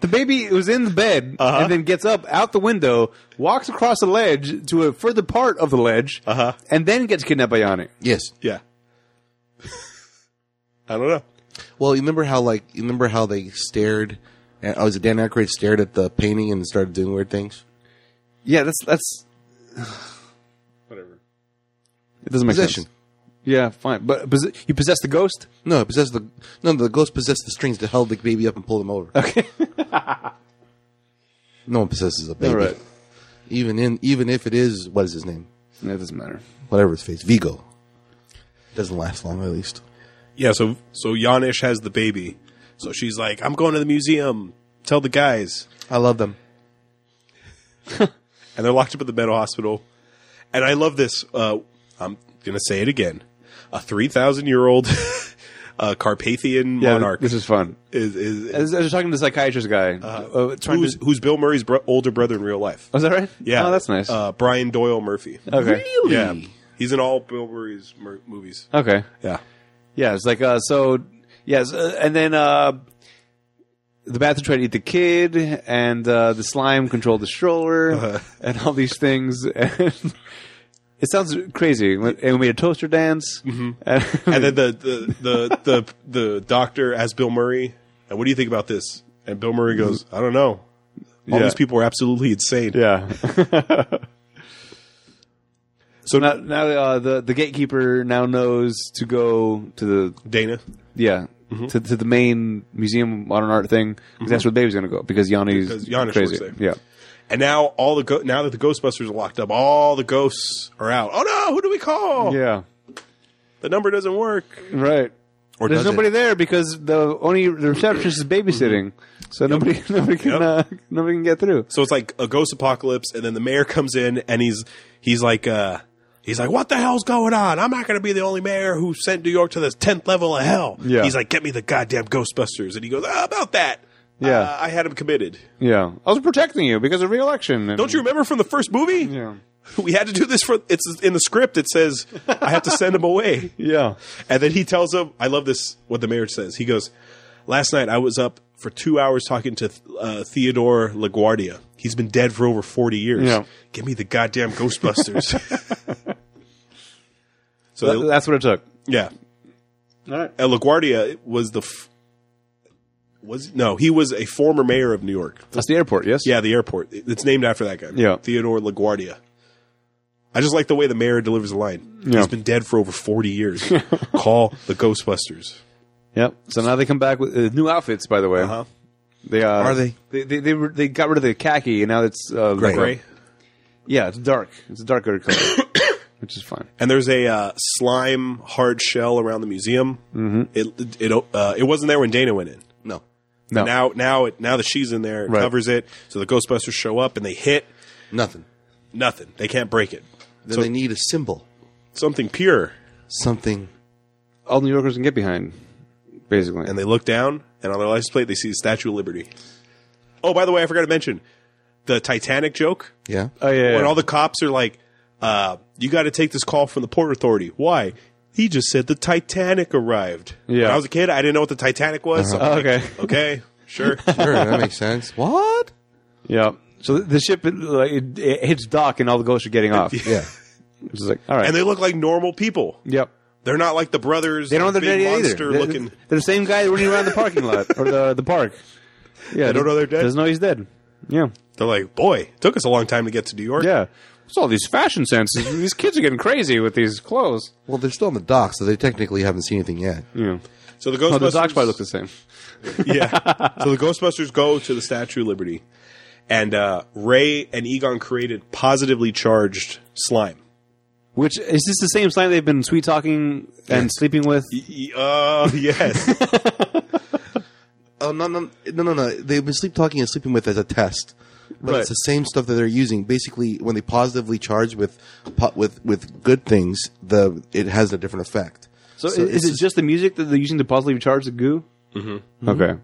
Speaker 3: the baby was in the bed
Speaker 1: Uh-huh.
Speaker 3: and then gets up out the window, walks across the ledge to a further part of the ledge,
Speaker 1: Uh-huh.
Speaker 3: and then gets kidnapped by Yanni.
Speaker 2: Yes.
Speaker 1: yeah, I don't know.
Speaker 2: Well, you remember how like you remember how they stared? At, oh, was it Dan Aykroyd stared at the painting and started doing weird things?
Speaker 3: Yeah, that's that's
Speaker 1: Whatever.
Speaker 3: It doesn't make
Speaker 2: Possession.
Speaker 3: sense. Yeah, fine. But pos- you possess the ghost?
Speaker 2: No, it possessed the no. The ghost possessed the strings that held the baby up and pulled him over. Okay. no one possesses a baby, even in even if it is what is his name,
Speaker 3: Yeah, it doesn't matter.
Speaker 2: whatever his face, Vigo. Doesn't last long, at least.
Speaker 1: Yeah, so so Yanish has the baby. So she's like, "I'm going to the museum. Tell the guys."
Speaker 2: I love them.
Speaker 1: and they're locked up at the mental hospital. And I love this. Uh, I'm gonna say it again. A three thousand year old uh, Carpathian monarch
Speaker 3: This
Speaker 1: is
Speaker 3: is fun.
Speaker 1: is, is
Speaker 3: I was, I was talking to the psychiatrist guy. Uh, trying
Speaker 1: who's,
Speaker 3: to,
Speaker 1: who's Bill Murray's bro- older brother in real life.
Speaker 3: oh, is that right?
Speaker 1: Yeah,
Speaker 3: Oh, that's nice.
Speaker 1: Uh, Brian Doyle Murphy.
Speaker 3: okay.
Speaker 1: Yeah, he's in all Bill Murray's mur- movies.
Speaker 3: Okay.
Speaker 1: Yeah,
Speaker 3: Yeah, it's like, uh, so, yes, uh, and then uh, the bathroom tried to eat the kid, and uh, the slime controlled the stroller,
Speaker 1: Uh-huh.
Speaker 3: and all these things. And it sounds crazy. And we made a toaster dance. Mm-hmm.
Speaker 1: and then the the the the, the doctor asks Bill Murray, "And what do you think about this?" And Bill Murray goes, "I don't know." All
Speaker 3: Yeah.
Speaker 1: these people are absolutely insane.
Speaker 3: Yeah.
Speaker 1: So-
Speaker 3: so now, now uh, the the gatekeeper now knows to go to the
Speaker 1: Dana,
Speaker 3: yeah
Speaker 1: Mm-hmm.
Speaker 3: to, to the main museum of modern art thing. 'cause That's where the baby's gonna go because Yanni's
Speaker 1: Because Yannis
Speaker 3: crazy.
Speaker 1: works
Speaker 3: Yeah.
Speaker 1: and now all the go- now that the Ghostbusters are locked up, all the ghosts are out. Oh no, who do we call?
Speaker 3: Yeah.
Speaker 1: The number doesn't work.
Speaker 3: Right.
Speaker 1: Or
Speaker 3: There's
Speaker 1: does it?
Speaker 3: nobody there because the only the receptionist is babysitting, so nobody nobody can
Speaker 1: Yep.
Speaker 3: uh, nobody can get through.
Speaker 1: So it's like a ghost apocalypse, and then the mayor comes in and he's he's like uh he's like, What the hell's going on? I'm not gonna be the only mayor who sent New York to this tenth level of hell.
Speaker 3: Yeah.
Speaker 1: He's like, Get me the goddamn Ghostbusters and he goes, ah, about that.
Speaker 3: Yeah.
Speaker 1: Uh, I had him committed.
Speaker 3: Yeah, I was protecting you because of re-election. and-
Speaker 1: Don't you remember from the first movie?
Speaker 3: Yeah.
Speaker 1: We had to do this for it's in the script it says I have to send him away.
Speaker 3: Yeah.
Speaker 1: And then he tells him, I love this, what the mayor says. He goes, Last night I was up for two hours talking to uh, Theodore LaGuardia. He's been dead for over 40 years.
Speaker 3: Yeah.
Speaker 1: Give me the goddamn Ghostbusters. so,
Speaker 3: Th-
Speaker 1: they-
Speaker 3: That's what it took.
Speaker 1: yeah.
Speaker 3: All right.
Speaker 1: And LaGuardia was the. F- was no, he was a former mayor of New York.
Speaker 3: That's the airport. Yes.
Speaker 1: Yeah, the airport. It's named after that guy.
Speaker 3: Yeah.
Speaker 1: Theodore LaGuardia. I just like the way the mayor delivers the line.
Speaker 3: Yeah.
Speaker 1: He's been dead for over 40 years. Call the Ghostbusters.
Speaker 3: Yep. So now they come back with uh, new outfits. By the way,
Speaker 1: Uh-huh.
Speaker 3: they uh,
Speaker 2: Are they?
Speaker 3: They they, they, were, they got rid of the khaki and now it's uh, like a-
Speaker 1: Gray.
Speaker 3: Yeah, it's dark. It's a darker color, which is fine.
Speaker 1: and there's a uh, slime hard shell around the museum. Mm-hmm. It it uh, it wasn't there when Dana went in.
Speaker 2: No.
Speaker 3: No.
Speaker 1: Now now it now that she's in there, it
Speaker 3: Right.
Speaker 1: covers it. So the Ghostbusters show up and they hit
Speaker 2: Nothing.
Speaker 1: nothing. They can't break it.
Speaker 2: Then
Speaker 1: So-
Speaker 2: they need a symbol.
Speaker 1: Something pure.
Speaker 2: Something.
Speaker 3: all New Yorkers can get behind, basically.
Speaker 1: And they look down, and on their license plate they see the Statue of Liberty. Oh, by the way, I forgot to mention the Titanic joke.
Speaker 2: Yeah.
Speaker 3: oh yeah,
Speaker 1: When
Speaker 3: yeah.
Speaker 1: all the cops are like, uh, "You got to take this call from the Port Authority." Why? He just said the Titanic arrived.
Speaker 3: Yeah. Uh-huh.
Speaker 1: When I was a kid, I didn't know what the Titanic was. so I'm like,
Speaker 3: Okay.
Speaker 1: okay, sure.
Speaker 2: Sure, that makes sense. What?
Speaker 3: yeah. So the- the ship it, like, it, it hits dock and all the ghosts are getting off.
Speaker 2: Yeah.
Speaker 3: Which is like all right.
Speaker 1: and they look like normal people.
Speaker 3: yep.
Speaker 1: They're not like the brothers.
Speaker 3: They don't know their
Speaker 1: big
Speaker 3: dad either.
Speaker 1: monster
Speaker 3: They're,
Speaker 1: looking.
Speaker 3: they're the same guy running around the parking lot or the the park. Yeah, they
Speaker 1: don't know they're dead?
Speaker 3: Doesn't know he's dead. Yeah,
Speaker 1: They're like, boy, it took us a long time to get to New York.
Speaker 3: yeah. It's all these fashion senses. these kids are getting crazy with these clothes.
Speaker 2: Well, they're still on the dock, so they technically haven't seen anything yet.
Speaker 3: Yeah.
Speaker 1: So the
Speaker 3: Oh,
Speaker 1: Ghostbusters.
Speaker 3: the dogs probably look the same.
Speaker 1: yeah. So the Ghostbusters go to the Statue of Liberty, and uh, Ray and Egon created positively charged slime.
Speaker 3: Which is this the same slime they've been sweet talking and sleeping with?
Speaker 1: Y- Uh, yes.
Speaker 2: Oh no no no no no! They've been sleep talking and sleeping with as a test, but
Speaker 3: Right.
Speaker 2: it's the same stuff that they're using. Basically, when they positively charge with po- with with good things, the it has a different effect.
Speaker 3: So, i- is,
Speaker 2: it's
Speaker 3: it just the music that they're using to positively charge the goo? Mm-hmm. Okay.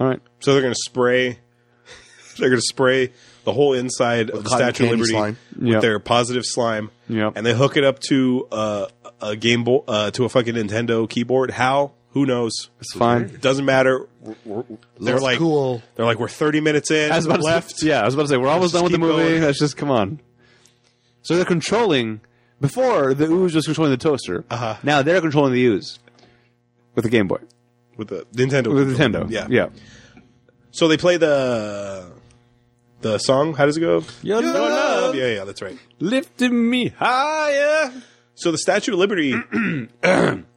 Speaker 3: All right.
Speaker 1: so they're going to spray. They're going to spray the whole inside of the
Speaker 2: cotton
Speaker 1: Statue of
Speaker 2: candy
Speaker 1: Liberty
Speaker 2: slime.
Speaker 1: with
Speaker 3: Yep.
Speaker 1: their positive slime.
Speaker 3: Yep.
Speaker 1: And they hook it up to uh, a game boy uh, to a fucking Nintendo keyboard. How? Who knows?
Speaker 3: It's fine.
Speaker 1: It doesn't matter. We're- we're- They're
Speaker 2: Looks
Speaker 1: like
Speaker 2: cool.
Speaker 1: They're like we're thirty minutes in.
Speaker 3: I was about to
Speaker 1: left.
Speaker 3: yeah, I was about to say we're almost done with the
Speaker 1: keep
Speaker 3: movie.
Speaker 1: going.
Speaker 3: Let's just come on. So they're controlling before the ooze was controlling the toaster. Uh-huh. Now they're controlling the ooze with the Game Boy,
Speaker 1: with the Nintendo.
Speaker 3: with the Nintendo.
Speaker 1: Yeah.
Speaker 3: yeah.
Speaker 1: So they play the the song. How does it go?
Speaker 3: Your love
Speaker 1: Yeah, yeah, that's right.
Speaker 3: lifting me higher.
Speaker 1: So the Statue of Liberty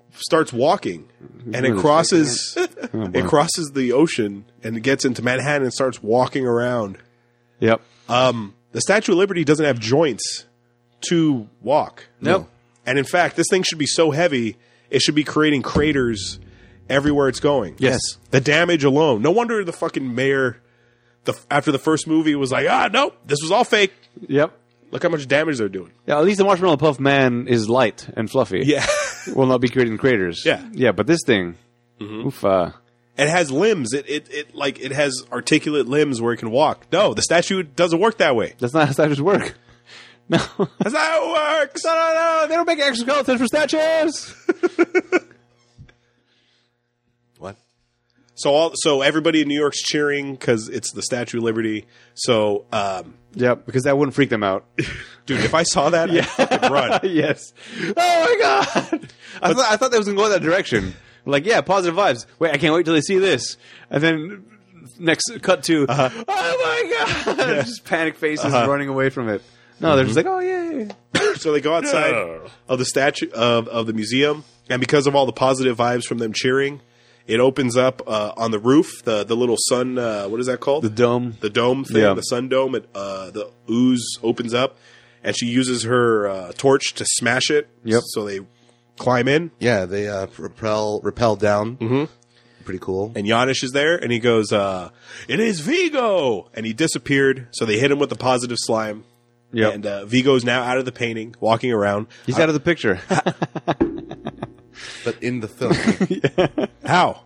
Speaker 1: starts walking, and it crosses it crosses the ocean and it gets into Manhattan and starts walking around.
Speaker 3: Yep.
Speaker 1: The Statue of Liberty doesn't have joints to walk.
Speaker 3: Nope.
Speaker 1: And in fact, this thing should be so heavy, it should be creating craters everywhere it's going.
Speaker 3: Yes.
Speaker 1: The damage alone. No wonder the fucking mayor, the, after the first movie, was like, ah, nope, this was all fake.
Speaker 3: Yep.
Speaker 1: Look how much damage they're doing.
Speaker 3: Yeah, at least the marshmallow puff man is light and fluffy.
Speaker 1: Yeah.
Speaker 3: will not be creating craters.
Speaker 1: Yeah.
Speaker 3: Yeah, but this thing, oof. Uh,
Speaker 1: it has limbs. It, it, it, like, it has articulate limbs where it can walk. No, the statue doesn't work that way.
Speaker 3: that's not how statues work. No, no,
Speaker 1: That's not how it works.
Speaker 3: no, no. They don't make exoskeletons for statues.
Speaker 2: What?
Speaker 1: So all, so everybody in New York's cheering because it's the Statue of Liberty. So, um,
Speaker 3: Yep, because that wouldn't freak them out.
Speaker 1: dude, if I saw that, I'd fucking run.
Speaker 3: yes. Oh my god! I thought I thought that was going to go that direction. Like, yeah, positive vibes. Wait, I can't wait till they see this, and then next cut to oh my god, Uh-huh. just panic faces running away from it. No, they're just like, oh yeah, yeah, yeah.
Speaker 1: So they go outside
Speaker 3: No.
Speaker 1: of the statue of, of the museum, and because of all the positive vibes from them cheering, it opens up uh, on the roof the the little sun. Uh, what is that called?
Speaker 3: the dome.
Speaker 1: the dome thing,
Speaker 3: Yeah.
Speaker 1: the sun dome. It, uh, the ooze opens up, and she uses her uh, torch to smash it.
Speaker 3: Yep.
Speaker 1: So they climb in,
Speaker 2: Yeah, they uh, repel repel down. Mm-hmm. Pretty cool.
Speaker 1: and Yanish is there, and he goes, uh, "It is Vigo," and he disappeared. So they hit him with the positive slime.
Speaker 3: Yep.
Speaker 1: And uh, Vigo's now out of the painting, walking around.
Speaker 3: He's out of the picture.
Speaker 2: But in the film,
Speaker 1: How?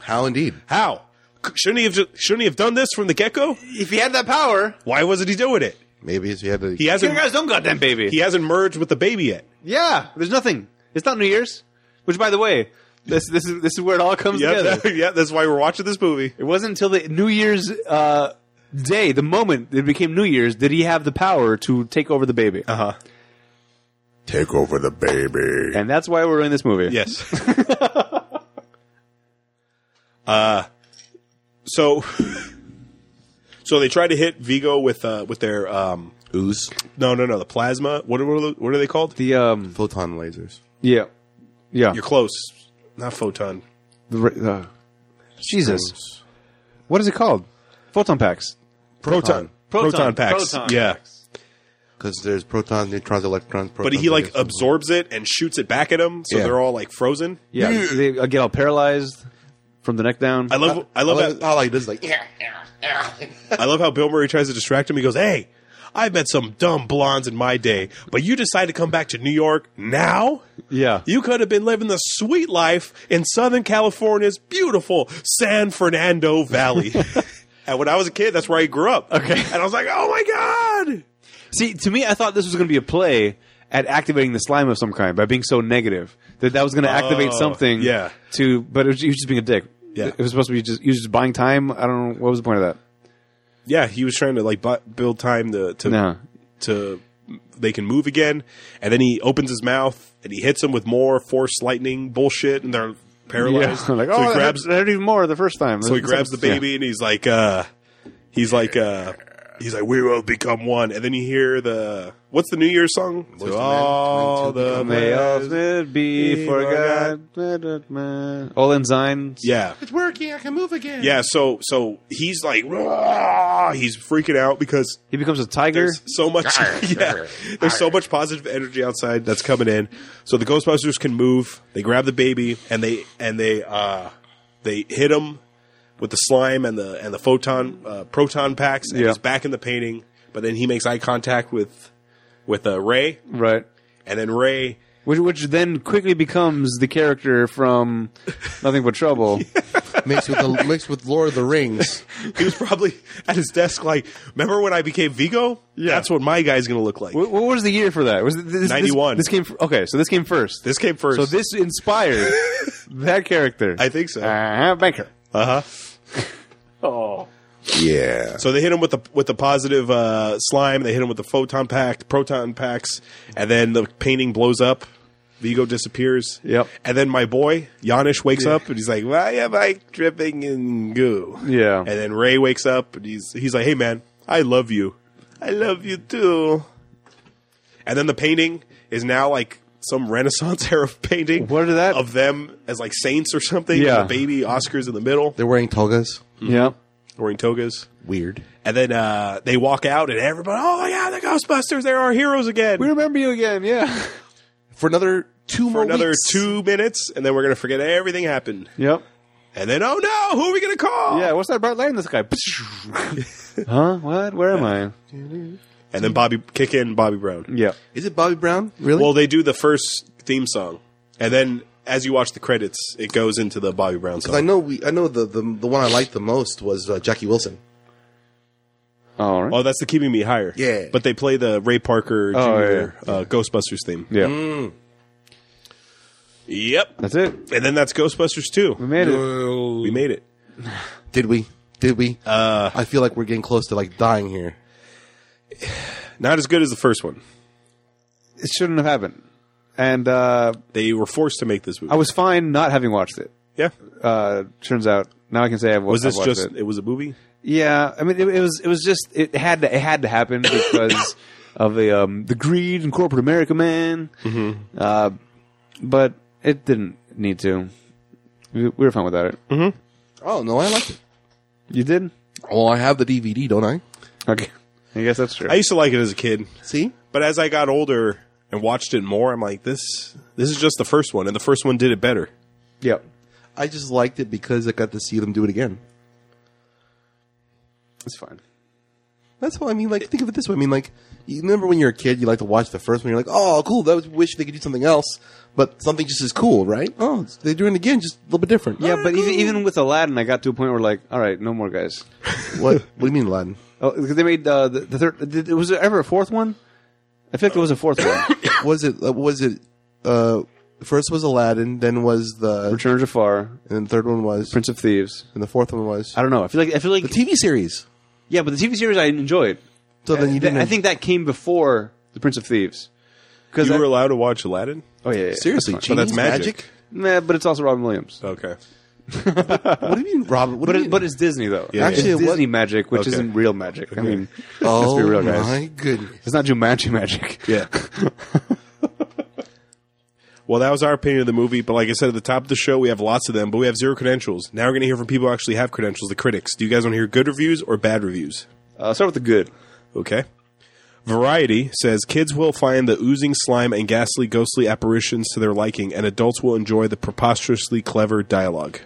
Speaker 2: how indeed?
Speaker 1: How? C- Shouldn't he have? ju- Shouldn't he have done this from the get go?
Speaker 3: if he had that power,
Speaker 1: Why wasn't he doing it?
Speaker 2: Maybe if you had to.
Speaker 1: He
Speaker 3: you
Speaker 1: hasn't.
Speaker 3: guys don't got that baby.
Speaker 1: He hasn't merged with the baby yet.
Speaker 3: Yeah, there's nothing. It's not New Year's. Which, by the way, this this is this is where it all comes
Speaker 1: Yeah,
Speaker 3: together.
Speaker 1: that- yeah. That's why we're watching this movie.
Speaker 3: It wasn't until the New Year's uh, day, the moment it became New Year's, did he have the power to take over the baby.
Speaker 1: Uh huh.
Speaker 2: take over the baby.
Speaker 3: And that's why we're in this movie.
Speaker 1: Yes. uh, so, so they try to hit Vigo with uh, with their um,
Speaker 2: Ooze,
Speaker 1: no, no, no, the plasma. What are what are, the- what are they called?
Speaker 3: The um
Speaker 2: photon lasers.
Speaker 3: yeah. Yeah.
Speaker 1: You're close. Not photon.
Speaker 3: The ra- uh, Jesus. What is it called? Photon packs.
Speaker 1: Proton. Proton,
Speaker 3: Proton.
Speaker 1: packs.
Speaker 3: Proton
Speaker 1: yeah.
Speaker 2: Because there's protons, neutrons, electrons.
Speaker 1: But
Speaker 2: Protons,
Speaker 1: he like
Speaker 2: electrons.
Speaker 1: absorbs it and shoots it back at him, so
Speaker 2: Yeah.
Speaker 1: they're all like frozen.
Speaker 3: Yeah. they uh, get all paralyzed from the neck down.
Speaker 1: I love I love
Speaker 2: I
Speaker 1: that
Speaker 2: like, I like this. Like, yeah.
Speaker 1: I love how Bill Murray tries to distract him. He goes, "Hey, I met some dumb blondes in my day, but you decide to come back to New York now?
Speaker 3: Yeah.
Speaker 1: You could have been living the sweet life in Southern California's beautiful San Fernando Valley." and when I was a kid, that's where I grew up.
Speaker 3: Okay.
Speaker 1: and I was like, "Oh my god!"
Speaker 3: See, to me, I thought this was going to be a play at activating the slime of some kind by being so negative that that was going to activate
Speaker 1: Oh,
Speaker 3: something.
Speaker 1: yeah.
Speaker 3: To, but it was, he was just being a dick.
Speaker 1: Yeah.
Speaker 3: It was supposed to be just he was just buying time. I don't know what was the point of that.
Speaker 1: Yeah, he was trying to like bu- build time to to
Speaker 3: No.
Speaker 1: to they can move again, and then he opens his mouth and he hits them with more force lightning bullshit, and they're paralyzed.
Speaker 3: Yeah. like,
Speaker 1: so
Speaker 3: oh,
Speaker 1: he grabs
Speaker 3: I heard even more the first time.
Speaker 1: So he grabs the baby and he's like, uh, he's like, uh, he's like, we will become one. And then you hear the what's the New Year's song?
Speaker 2: the
Speaker 1: to all
Speaker 2: men, to
Speaker 1: the
Speaker 2: become
Speaker 3: May all
Speaker 1: men.
Speaker 3: sin be
Speaker 1: be
Speaker 3: forgot. All in signs.
Speaker 1: yeah,
Speaker 2: It's working. I can move again.
Speaker 1: yeah. So so he's like, "Rah!" he's freaking out because
Speaker 3: He becomes a tiger.
Speaker 1: there's so much yeah, there's so much positive energy outside that's coming in so the ghostbusters can move they grab the baby and they and they uh they hit him with the slime and the and the photon uh, proton packs and
Speaker 3: Yeah.
Speaker 1: he's back in the painting but then he makes eye contact with with uh, ray
Speaker 3: Right.
Speaker 1: and then ray
Speaker 3: Which, which then quickly becomes the character from Nothing But Trouble.
Speaker 2: mixed with the, mixed with Lord of the Rings.
Speaker 1: he was probably at his desk like remember when i became vigo
Speaker 3: Yeah.
Speaker 1: that's what my guy's gonna look like
Speaker 3: What, what was the year for that? Was it- this, this-
Speaker 1: 91.
Speaker 3: This, came fir- okay, so this came first.
Speaker 1: this came first
Speaker 3: so this inspired that character.
Speaker 1: i think so
Speaker 3: uh, banker.
Speaker 1: uh-huh
Speaker 2: Yeah.
Speaker 1: So they hit him with the with the positive uh, slime. They hit him with the photon pack, proton packs, and then the painting blows up. Vigo disappears.
Speaker 3: Yep.
Speaker 1: And then my boy Yanish wakes up and he's like, "Why am I dripping in goo?"
Speaker 3: Yeah.
Speaker 1: And then Ray wakes up and he's he's like, "Hey man, I love you. I love you too." And then the painting is now like some Renaissance era painting.
Speaker 3: What is that?
Speaker 1: of them as like saints or something?
Speaker 3: Yeah.
Speaker 1: And the baby Oscar's in the middle
Speaker 2: They're wearing togas.
Speaker 3: Yeah.
Speaker 1: wearing togas.
Speaker 2: Weird.
Speaker 1: And then uh, they walk out, and everybody, oh my god, the Ghostbusters! They're our heroes again.
Speaker 3: We remember you again, yeah.
Speaker 2: For another two
Speaker 1: for
Speaker 2: more
Speaker 1: another
Speaker 2: weeks.
Speaker 1: two minutes, and then we're gonna forget everything happened.
Speaker 3: Yep.
Speaker 1: And then, oh no, who are we gonna call?
Speaker 3: Yeah, what's that bright light in the sky? huh? What? Where am I?
Speaker 1: And then Bobby kick in Bobby Brown.
Speaker 3: Yeah.
Speaker 2: Is it Bobby Brown? Really?
Speaker 1: Well, they do the first theme song, and then as you watch the credits, it goes into the Bobby Brown
Speaker 2: I
Speaker 1: song.
Speaker 2: know we. I know the the, the one I liked the most was uh, Jackie Wilson.
Speaker 3: All right.
Speaker 1: Oh, that's the keeping me higher.
Speaker 2: Yeah.
Speaker 1: but they play the Ray Parker Jr.
Speaker 3: Oh,
Speaker 1: Uh, Ghostbusters theme.
Speaker 3: yeah.
Speaker 1: Yep,
Speaker 3: That's it.
Speaker 1: and then that's Ghostbusters
Speaker 3: We
Speaker 1: too.
Speaker 3: made it.
Speaker 1: We
Speaker 2: Well,
Speaker 1: made it.
Speaker 2: did we? Did we? Uh, I feel like we're getting close to like dying here.
Speaker 1: Not as good as the first one.
Speaker 3: It shouldn't have happened. And uh,
Speaker 1: They were forced to make this movie.
Speaker 3: I was fine not having watched it.
Speaker 1: Yeah.
Speaker 3: Uh, turns out now I can say I've wa-
Speaker 1: Was
Speaker 3: I've
Speaker 1: this
Speaker 3: watched
Speaker 1: just
Speaker 3: it.
Speaker 1: it. was a movie?
Speaker 3: Yeah, I mean, it, it was it was just it had to, it had to happen because of the um, the greed in corporate America, man. Mm-hmm. Uh, but it didn't need to. We, we were fine without it.
Speaker 2: Oh no, I liked it.
Speaker 3: You did?
Speaker 2: Well, I have the DVD, don't I?
Speaker 3: Okay, I guess that's true.
Speaker 1: I used to like it as a kid,
Speaker 2: See,
Speaker 1: but as I got older and watched it more, I'm like this this is just the first one and the first one did it better.
Speaker 3: yeah,
Speaker 2: I just liked it because I got to see them do it again.
Speaker 3: it's fine.
Speaker 2: That's all I mean. Like, think of it this way. I mean, like, you remember when you're a kid, you like to watch the first one. You're like, oh, cool. That was wish they could do something else, but something just as cool, right? Oh, it's- they're doing it again, just a little bit different.
Speaker 3: Yeah,
Speaker 2: Alright,
Speaker 3: but
Speaker 2: cool.
Speaker 3: even even with Aladdin, I got to a point where like, all right, no more guys.
Speaker 2: what? What do you mean, Aladdin?
Speaker 3: Oh, 'cause they made uh, the, the third. Did, was there ever a fourth one? I feel like there was a fourth one.
Speaker 2: Was it? Uh, was it? Uh, first was Aladdin, then was the, and
Speaker 3: Return of Jafar,
Speaker 2: then the third one was,
Speaker 3: Prince of Thieves.
Speaker 2: and the fourth one was
Speaker 3: I don't know. I feel like I feel like
Speaker 2: the TV series.
Speaker 3: yeah, but the TV series I enjoyed.
Speaker 2: So then you
Speaker 3: Th-
Speaker 2: didn't.
Speaker 3: I think that came before the Prince of Thieves. Because
Speaker 1: You were allowed to watch Aladdin?
Speaker 3: oh yeah, yeah, yeah.
Speaker 2: seriously,
Speaker 3: That's
Speaker 1: But that's
Speaker 2: Genies,
Speaker 1: magic.
Speaker 3: fine. Nah, but it's also Robin Williams.
Speaker 1: Okay.
Speaker 2: What do you mean, Robin? What
Speaker 3: But
Speaker 2: do you
Speaker 3: it,
Speaker 2: mean?
Speaker 3: but it's Disney though.
Speaker 1: Yeah,
Speaker 3: Actually,
Speaker 2: yeah.
Speaker 3: it's
Speaker 2: Actually, what-
Speaker 3: Disney magic, which
Speaker 1: Okay.
Speaker 3: isn't real magic. I mean,
Speaker 2: oh
Speaker 3: let's be real, guys.
Speaker 2: my goodness.
Speaker 3: It's not Jumanji magic.
Speaker 1: Yeah. well, that was our opinion of the movie, but like I said at the top of the show, we have lots of them, but we have zero credentials. Now we're going to hear from people who actually have credentials, the critics. Do you guys want to hear good reviews or bad reviews?
Speaker 3: Uh, start with the good.
Speaker 1: Okay. Variety says kids will find the oozing slime and ghastly ghostly apparitions to their liking, and adults will enjoy the preposterously clever dialogue.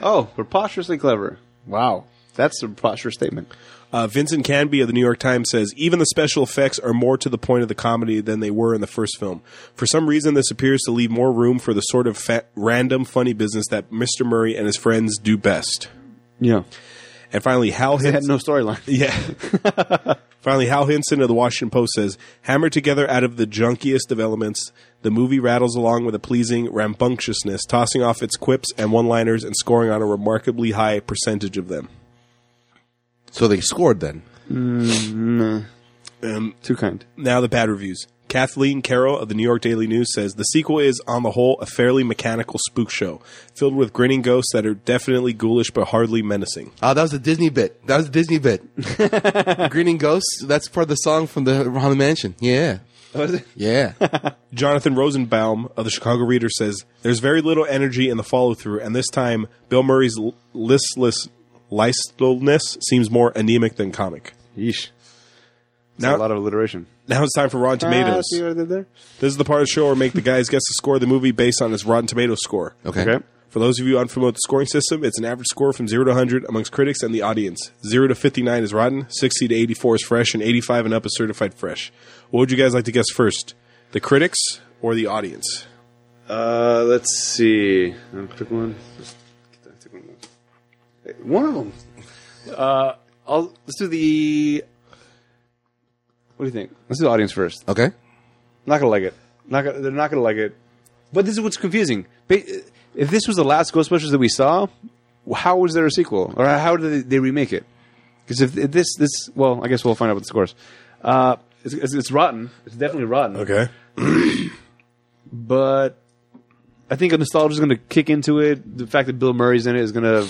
Speaker 3: Oh, preposterously clever. Wow, that's a preposterous statement.
Speaker 1: Uh, Vincent Canby of the New York Times says even the special effects are more to the point of the comedy than they were in the first film. For some reason, this appears to leave more room for the sort of fa- random funny business that Mr. Murray and his friends do best.
Speaker 3: Yeah,
Speaker 1: And finally, Hal
Speaker 3: they had
Speaker 1: Hinson.
Speaker 3: no storyline.
Speaker 1: yeah. finally, Hal Hinson of the Washington Post says, "Hammered together out of the junkiest of elements, the movie rattles along with a pleasing rambunctiousness, tossing off its quips and one-liners and scoring on a remarkably high percentage of them."
Speaker 2: So they scored then.
Speaker 1: Um,
Speaker 3: Too kind.
Speaker 1: Now the bad reviews. Kathleen Carroll of the New York Daily News says the sequel is, on the whole, a fairly mechanical spook show filled with grinning ghosts that are definitely ghoulish but hardly menacing.
Speaker 2: Oh, that was the Disney bit. That was the Disney bit. Greening Ghosts. That's part of the song from the Haunted Mansion. Yeah, yeah.
Speaker 1: Jonathan Rosenbaum of the Chicago Reader says there's very little energy in the follow through, and this time Bill Murray's l- listless listleness seems more anemic than comic.
Speaker 3: Yeesh.
Speaker 1: Now-
Speaker 3: Now, a lot of alliteration.
Speaker 1: Now it's time for Rotten
Speaker 3: Ah,
Speaker 1: Tomatoes.
Speaker 3: see what I did there?
Speaker 1: This is the part of the show where make the guys guess the score of the movie based on its Rotten Tomato score.
Speaker 2: Okay.
Speaker 3: Okay.
Speaker 1: For those of you unfamiliar with the scoring system, it's an average score from 0 to 100 amongst critics and the audience. 0 to 59 is rotten, 60 to 84 is fresh, and 85 and up is certified fresh. What would you guys like to guess first? The critics or the audience?
Speaker 3: Uh, let's see. Um, pick one. Just pick one. Hey, One of them. Uh, I'll let's do the. What do you think? Let's do the audience first.
Speaker 2: Okay.
Speaker 3: Not gonna like it. Not gonna, they're not gonna like it. But this is what's confusing. Ba- If this was the last Ghostbusters that we saw, how was there a sequel, or how did they, they remake it? Because if, if this this well, I guess we'll find out what the scores. Uh, it's, it's, it's rotten. It's definitely rotten.
Speaker 1: Okay.
Speaker 3: But I think nostalgia is gonna kick into it. The fact that Bill Murray's in it is gonna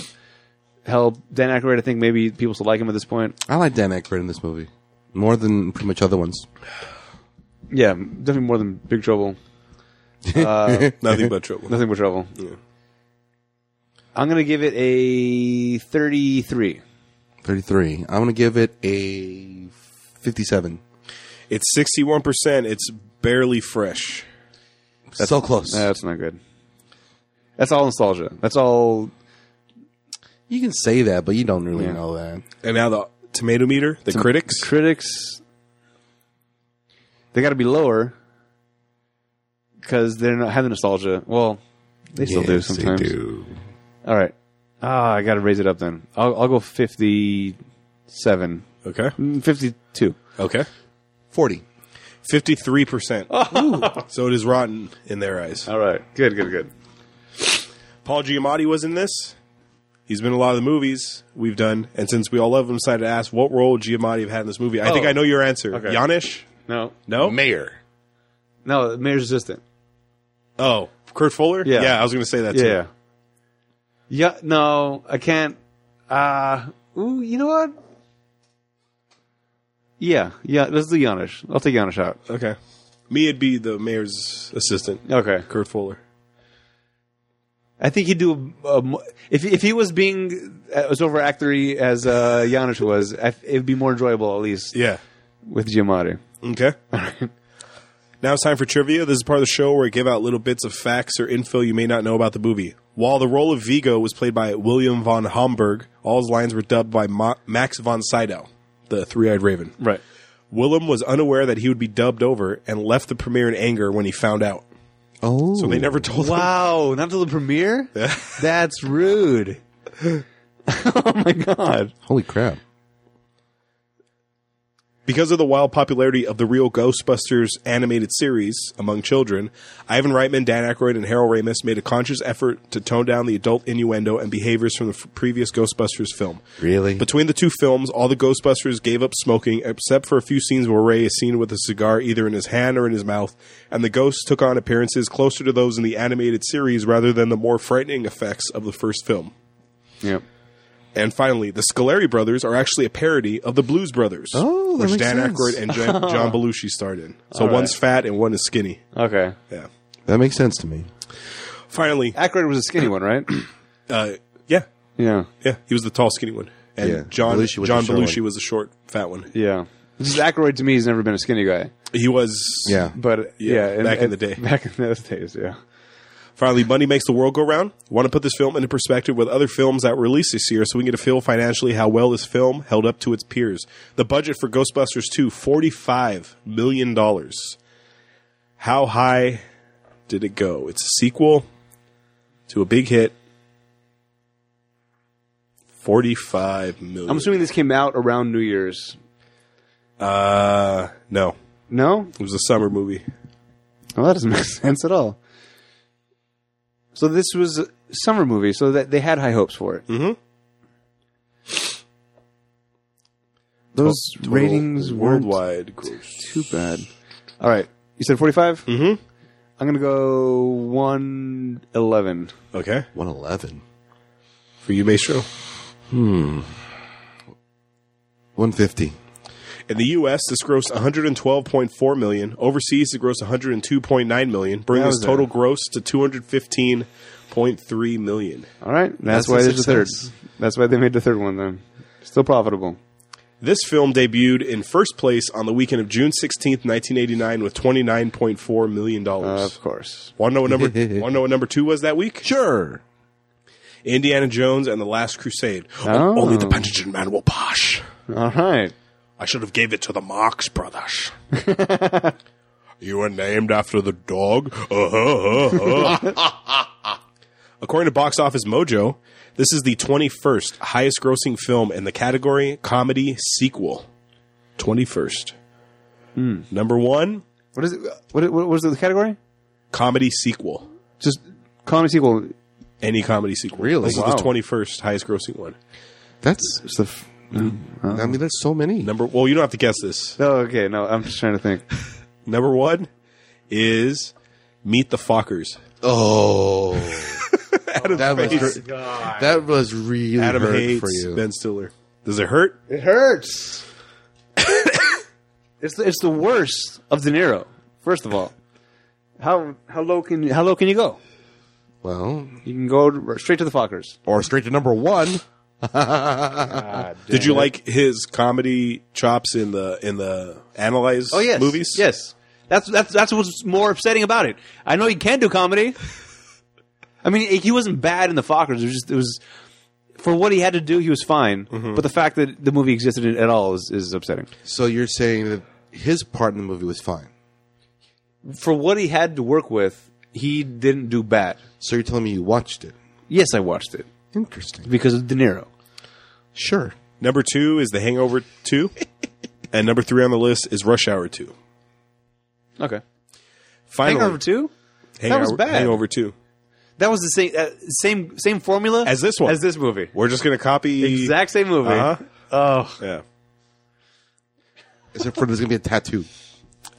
Speaker 3: help Dan Aykroyd. I think maybe people still like him at this point.
Speaker 2: I like Dan Aykroyd in this movie more than pretty much other ones.
Speaker 3: Yeah, definitely more than Big Trouble.
Speaker 1: Nothing but trouble.
Speaker 3: Nothing but trouble. I'm gonna give it a 33.
Speaker 2: Thirty-three. I'm gonna give it a fifty-seven.
Speaker 1: It's 61%. It's barely fresh.
Speaker 2: so close.
Speaker 3: Nah, that's not good. That's all nostalgia. That's all.
Speaker 2: you can say that, but you don't really
Speaker 3: Yeah.
Speaker 2: know that.
Speaker 1: And now the tomato meter, the critics.
Speaker 3: Critics. They got to be lower because they're not having nostalgia. Well, they still do
Speaker 2: Yes, they
Speaker 3: sometimes.
Speaker 2: do.
Speaker 3: All right. Ah, I got to raise it up then. I'll, I'll go 57.
Speaker 1: okay.
Speaker 3: Mm, 52.
Speaker 1: Okay.
Speaker 2: Forty.
Speaker 1: 53%. So it is rotten in their eyes.
Speaker 3: All right. Good, good, good.
Speaker 1: Paul Giamatti was in this. He's been in a lot of the movies we've done, and since we all love him, decided to ask what role would Giamatti have had in this movie. I think
Speaker 3: Oh.
Speaker 1: I know your answer.
Speaker 3: Okay.
Speaker 1: Janish?
Speaker 3: No.
Speaker 1: No.
Speaker 2: Mayor.
Speaker 3: No, Mayor's Assistant.
Speaker 1: oh, Kurt Fuller.
Speaker 3: Yeah.
Speaker 1: I was going to say that
Speaker 3: Yeah.
Speaker 1: too.
Speaker 3: yeah. Yeah, no, I can't. Uh, ooh, you know what? Yeah, yeah, let's do Giannis. I'll take Giannis out.
Speaker 1: Okay. Me, it'd be the mayor's assistant,
Speaker 3: Okay.
Speaker 1: Kurt Fuller.
Speaker 3: I think he'd do a, a mo- if if he was being uh, as overactory as uh, Giannis was, I, it'd be more enjoyable at least
Speaker 1: Yeah.
Speaker 3: with Giamatti.
Speaker 1: Okay. now it's time for trivia. This is part of the show where I give out little bits of facts or info you may not know about the movie. While the role of Vigo was played by William von Homburg, all his lines were dubbed by Ma- Max von Sydow, the three-eyed raven.
Speaker 3: Right.
Speaker 1: Willem was unaware that he would be dubbed over and left the premiere in anger when he found out.
Speaker 2: Oh,
Speaker 1: So they never told him.
Speaker 3: Wow, not till the premiere? That's rude. oh my god.
Speaker 2: holy crap!
Speaker 1: Because of the wild popularity of the real Ghostbusters animated series among children, Ivan Reitman, Dan Aykroyd, and Harold Ramis made a conscious effort to tone down the adult innuendo and behaviors from the f- previous Ghostbusters film.
Speaker 2: Really?
Speaker 1: Between the two films, all the Ghostbusters gave up smoking, except for a few scenes where Ray is seen with a cigar either in his hand or in his mouth, and the ghosts took on appearances closer to those in the animated series rather than the more frightening effects of the first film.
Speaker 3: Yep.
Speaker 1: And finally, the Scoleri brothers are actually a parody of the Blues Brothers,
Speaker 2: Oh, that
Speaker 1: which
Speaker 2: makes
Speaker 1: Dan
Speaker 2: sense.
Speaker 1: Aykroyd and Jan- John Belushi starred in. So one's fat and one is skinny.
Speaker 3: Okay.
Speaker 1: Yeah.
Speaker 2: That makes sense to me.
Speaker 1: Finally,
Speaker 3: Aykroyd was a skinny one, right?
Speaker 1: uh, yeah,
Speaker 3: yeah.
Speaker 1: yeah, he was the tall, skinny one, and
Speaker 2: Yeah,
Speaker 1: John
Speaker 2: Belushi was
Speaker 1: John
Speaker 2: the short
Speaker 1: Belushi
Speaker 2: one.
Speaker 1: was the short, fat one.
Speaker 3: Yeah. This is Aykroyd to me. He's never been a skinny guy,
Speaker 1: He was.
Speaker 2: Yeah.
Speaker 3: but yeah, and-
Speaker 1: back in
Speaker 3: and-
Speaker 1: the day.
Speaker 3: back in those days, yeah.
Speaker 1: Finally, money makes the world go round. Want to put this film into perspective with other films that were released this year, so we can get a feel financially how well this film held up to its peers. The budget for Ghostbusters 2, $45 million. How high did it go? It's a sequel to a big hit. Forty-five million.
Speaker 3: I'm assuming this came out around New Year's.
Speaker 1: uh, no,
Speaker 3: No,
Speaker 1: it was a summer movie.
Speaker 3: well, that doesn't make sense at all. So this was a summer movie, so that they had high hopes for it. Those
Speaker 1: Total
Speaker 3: ratings weren't
Speaker 1: worldwide gross.
Speaker 3: too bad. All right, you said 45. Mm-hmm. I'm gonna go 111.
Speaker 1: Okay,
Speaker 2: One eleven.
Speaker 1: for you, Maestro.
Speaker 2: One fifty.
Speaker 1: In the U.S., this grossed 112.4 million. Overseas, it grossed 102.9 million, bringing this
Speaker 3: Wowza.
Speaker 1: total gross to 215.3 million.
Speaker 3: All right, that's,
Speaker 2: That's
Speaker 3: why
Speaker 2: a
Speaker 3: there's a third.
Speaker 2: success.
Speaker 3: That's why they made the third one then. Still profitable.
Speaker 1: This film debuted in first place on the weekend of June 16th, 1989, with 29.4 million dollars.
Speaker 3: Of course.
Speaker 1: Want to know what number? want to know what number two was that week?
Speaker 2: Sure.
Speaker 1: Indiana Jones and the Last Crusade.
Speaker 3: Oh.
Speaker 1: Only the Penitent Man will pass.
Speaker 3: All right.
Speaker 1: I should have gave it to the Marx Brothers. you were named after the dog. According to Box Office Mojo, this is the 21st highest grossing film in the category comedy sequel. 21st. Number one,
Speaker 3: What is it? What, what was the category?
Speaker 1: comedy sequel.
Speaker 3: Just comedy sequel.
Speaker 1: Any comedy sequel.
Speaker 2: Really?
Speaker 1: This
Speaker 3: Wow.
Speaker 1: is the 21st highest grossing one.
Speaker 2: That's.
Speaker 3: It's the. F-
Speaker 2: I mean, there's so many.
Speaker 1: Number Well, you don't have to guess this.
Speaker 3: oh, okay. No, I'm just trying to think.
Speaker 1: Number one is Meet the Fockers.
Speaker 2: Oh, that was
Speaker 1: Face.
Speaker 2: that was really
Speaker 1: Adam
Speaker 2: hurt
Speaker 1: Hayes,
Speaker 2: for you.
Speaker 1: Ben Stiller. Does it hurt?
Speaker 3: It hurts. it's the, it's the worst of De Niro. First of all, how how low can you, how low can you go?
Speaker 2: Well,
Speaker 3: You can go r- straight to the Fockers.
Speaker 2: or straight to number one.
Speaker 1: Did you like his comedy chops in the in the analyze
Speaker 3: Oh yes,
Speaker 1: movies?
Speaker 3: Yes, that's that's that's what's more upsetting about it. I know he can do comedy. I mean, he wasn't bad in the Fockers. It was just it was for what he had to do. He was fine, but the fact that the movie existed at all is, is upsetting.
Speaker 2: So you're saying that his part in the movie was fine.
Speaker 3: For what he had to work with, he didn't do bad.
Speaker 2: So you're telling me you watched it?
Speaker 3: Yes, I watched it
Speaker 2: Interesting.
Speaker 3: because of De Niro.
Speaker 2: Sure.
Speaker 1: Number two is The Hangover Two, and number three on the list is Rush Hour Two.
Speaker 3: Okay,
Speaker 1: Finally,
Speaker 3: Hangover Two.
Speaker 1: Hangover,
Speaker 3: was bad.
Speaker 1: Hangover Two.
Speaker 3: That was the same uh, same same formula
Speaker 1: As this one.
Speaker 3: as this movie.
Speaker 1: We're just gonna copy
Speaker 3: Exact same movie.
Speaker 1: Uh-huh.
Speaker 3: Oh,
Speaker 1: Yeah.
Speaker 2: Except for there's gonna be a tattoo.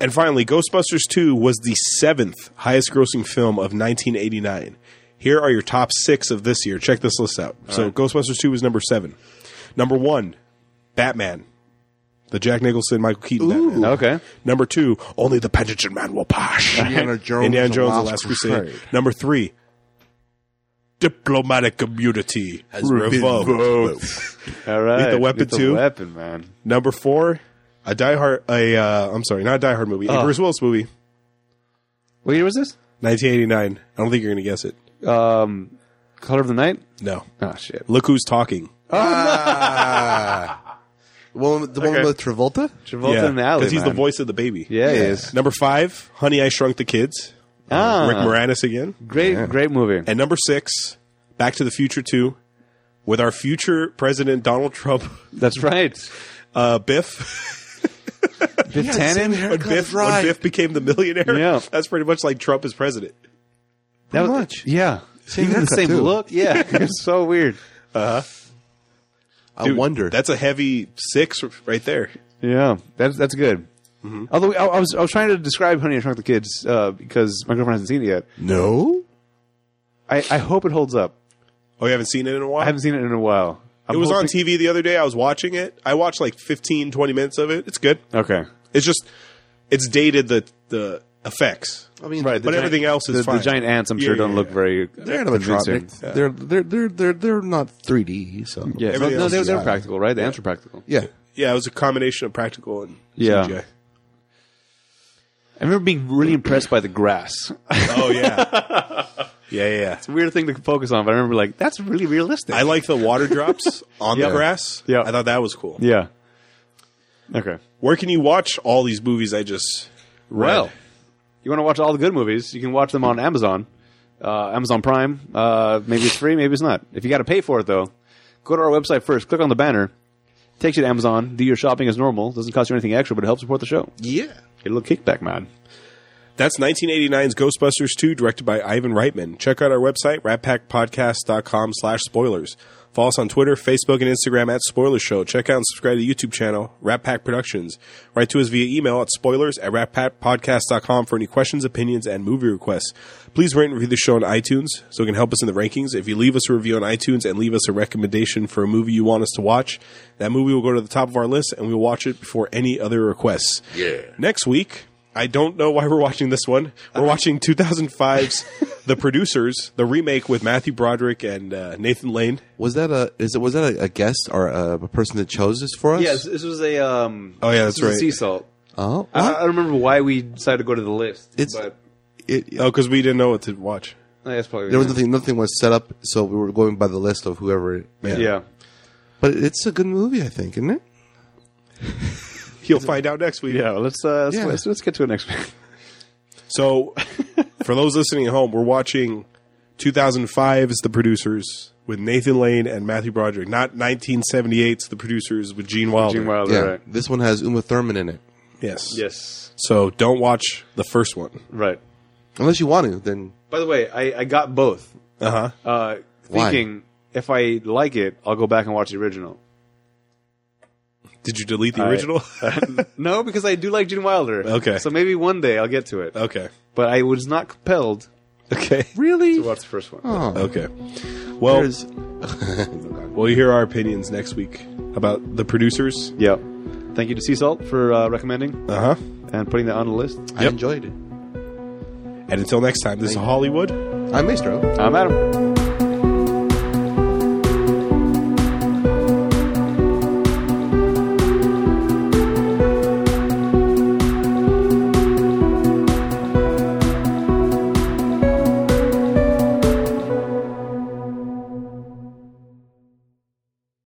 Speaker 1: And finally, Ghostbusters Two was the seventh highest grossing film of 1989. Here are your top six of this year. Check this list out. so Ghostbusters 2 was number seven. Number one, Batman. The Jack Nicholson, Michael Keaton Batman.
Speaker 3: Okay.
Speaker 1: Number two, only the Penitent Man will pass.
Speaker 2: Indiana Jones
Speaker 1: Indiana
Speaker 2: and
Speaker 1: Jones, The Last
Speaker 2: Last
Speaker 1: Crusade.
Speaker 2: Crusade.
Speaker 1: Number three, diplomatic community has revolved.
Speaker 3: All right.
Speaker 1: Lethal Weapon
Speaker 3: Lethal
Speaker 1: 2.
Speaker 3: Weapon, man.
Speaker 1: Number four, a Die Hard. A uh, I'm sorry, not a Die Hard movie. A
Speaker 3: Oh.
Speaker 1: Bruce Willis movie,
Speaker 3: What year was this?
Speaker 1: 1989. I don't think you're gonna guess it.
Speaker 3: Um, Color of the Night.
Speaker 1: No.
Speaker 3: Oh shit.
Speaker 1: Look who's talking.
Speaker 2: Well, the one
Speaker 3: Okay.
Speaker 2: with Travolta.
Speaker 3: Travolta
Speaker 1: yeah,
Speaker 3: in the alley.
Speaker 1: because he's the
Speaker 3: man.
Speaker 1: voice of the baby.
Speaker 3: Yeah, he is.
Speaker 1: Number five, Honey, I Shrunk the Kids.
Speaker 3: Ah,
Speaker 1: Rick Moranis again.
Speaker 3: Great, great movie.
Speaker 1: And number six, Back to the Future Two, with our future president Donald Trump,
Speaker 3: That's right.
Speaker 1: uh, Biff.
Speaker 3: The Tannen.
Speaker 1: When Biff, when Biff became the millionaire,
Speaker 3: Yeah.
Speaker 1: that's pretty much like Trump as president.
Speaker 3: That was-
Speaker 2: much.
Speaker 3: Yeah.
Speaker 2: Same
Speaker 3: Even the
Speaker 2: haircut,
Speaker 3: same
Speaker 2: too.
Speaker 3: look. Yeah. it's so weird.
Speaker 2: I wonder.
Speaker 1: That's a heavy six right there.
Speaker 3: Yeah, that's that's good. Although I, I was I was trying to describe Honey I Shrunk the Kids uh, because my girlfriend hasn't seen it yet.
Speaker 2: no.
Speaker 3: I, I hope it holds up.
Speaker 1: Oh, you haven't seen it in a while.
Speaker 3: I haven't seen it in a while. I'm
Speaker 1: It was on
Speaker 3: hoping-
Speaker 1: TV the other day. I was watching it. I watched like 15, 20 minutes of it. It's good.
Speaker 3: Okay,
Speaker 1: It's just it's dated the the effects.
Speaker 2: I mean,
Speaker 3: right.
Speaker 1: But everything else is
Speaker 3: the,
Speaker 1: fine.
Speaker 3: The giant ants, I'm
Speaker 1: Yeah,
Speaker 3: sure,
Speaker 1: yeah,
Speaker 3: don't look
Speaker 1: yeah.
Speaker 3: very.
Speaker 2: they're
Speaker 3: convincing.
Speaker 2: animatronic. They're they're they're they're they're not 3D. So
Speaker 3: Yeah, no,
Speaker 1: Everything
Speaker 3: no,
Speaker 1: else
Speaker 3: they,
Speaker 1: is
Speaker 3: they were
Speaker 1: fine.
Speaker 3: practical, right? The ants were practical.
Speaker 2: yeah.
Speaker 1: Yeah, it was a combination of practical and
Speaker 3: Yeah.
Speaker 1: CGI.
Speaker 3: I remember being really impressed by the grass.
Speaker 1: Oh yeah. yeah, yeah, yeah.
Speaker 3: It's a weird thing to focus on, but I remember like that's really realistic.
Speaker 1: I like the water drops on
Speaker 3: Yeah.
Speaker 1: the grass.
Speaker 3: Yeah.
Speaker 1: I thought that was cool.
Speaker 3: yeah. Okay.
Speaker 1: Where can you watch all these movies I just read?
Speaker 3: Well, you want to watch all the good movies? You can watch them on Amazon, uh, Amazon Prime. Uh, maybe it's free, maybe it's not. If you got to pay for it though, go to our website first. Click on the banner. Takes you to Amazon. Do your shopping as normal. Doesn't cost you anything extra, but it helps support the show.
Speaker 2: Yeah.
Speaker 3: Get a little kickback, man.
Speaker 1: That's 1989's Ghostbusters 2, directed by Ivan Reitman. Check out our website, ratpackpodcast.com slash spoilers. Follow us on Twitter, Facebook, and Instagram at Spoiler Show. Check out and subscribe to the YouTube channel, Rat Pack Productions. Write to us via email at spoilers at ratpackpodcast.com for any questions, opinions, and movie requests. Please rate and review the show on iTunes so it can help us in the rankings. If you leave us a review on iTunes and leave us a recommendation for a movie you want us to watch, that movie will go to the top of our list and we will watch it before any other requests. Yeah. Next week, I don't know why we're watching this one. We're watching 2005's The Producers, the remake with Matthew Broderick and uh, Nathan Lane.
Speaker 2: Was that a is it was that a, a guest or a, a person that chose this for us?
Speaker 3: Yes, Uh, this was a. Um,
Speaker 1: Oh, yeah, that's
Speaker 3: this was a
Speaker 1: right.
Speaker 3: sea salt.
Speaker 2: Oh,
Speaker 3: I,
Speaker 2: what?
Speaker 3: I remember why we decided to go to the list.
Speaker 2: It's-
Speaker 3: but, oh,
Speaker 2: It,
Speaker 1: Oh, because we didn't know what to watch.
Speaker 3: that's probably
Speaker 2: there was nothing. Nothing was set up, so we were going by the list of whoever.
Speaker 3: Yeah.
Speaker 2: But it's a good movie, I think, isn't it?
Speaker 1: You'll find out next week.
Speaker 3: Yeah, well, let's, uh, let's,
Speaker 2: Yeah.
Speaker 3: let's let's get to it next week.
Speaker 1: So, for those listening at home, we're watching 2005's The Producers with Nathan Lane and Matthew Broderick, not 1978's The Producers with Gene Wilder.
Speaker 3: Gene Wilder,
Speaker 2: yeah.
Speaker 3: right.
Speaker 2: This one has Uma Thurman in it.
Speaker 1: Yes.
Speaker 3: Yes,
Speaker 1: So, don't watch the first one.
Speaker 3: right.
Speaker 2: Unless you want to, then
Speaker 3: By the way, I, I got both.
Speaker 1: Uh huh.
Speaker 3: Uh,
Speaker 2: Why?
Speaker 3: thinking if I like it, I'll go back and watch the original.
Speaker 1: Did you delete the
Speaker 3: I-
Speaker 1: original?
Speaker 3: no, because I do like Gene Wilder.
Speaker 1: Okay.
Speaker 3: So maybe one day I'll get to
Speaker 2: Oh.
Speaker 3: it.
Speaker 1: okay.
Speaker 3: But I was not compelled
Speaker 1: Okay.
Speaker 2: really.
Speaker 3: to watch the first one.
Speaker 2: Oh,
Speaker 1: Okay. Well,
Speaker 2: there's-
Speaker 1: We'll hear our opinions next week about the producers.
Speaker 3: Yeah. Thank you to Sea Salt for uh, recommending
Speaker 1: Uh huh.
Speaker 3: and putting that on the list.
Speaker 2: I
Speaker 1: Yep.
Speaker 2: enjoyed it.
Speaker 1: And until next time, this is Hollywood.
Speaker 2: I'm Maestro.
Speaker 3: I'm Adam.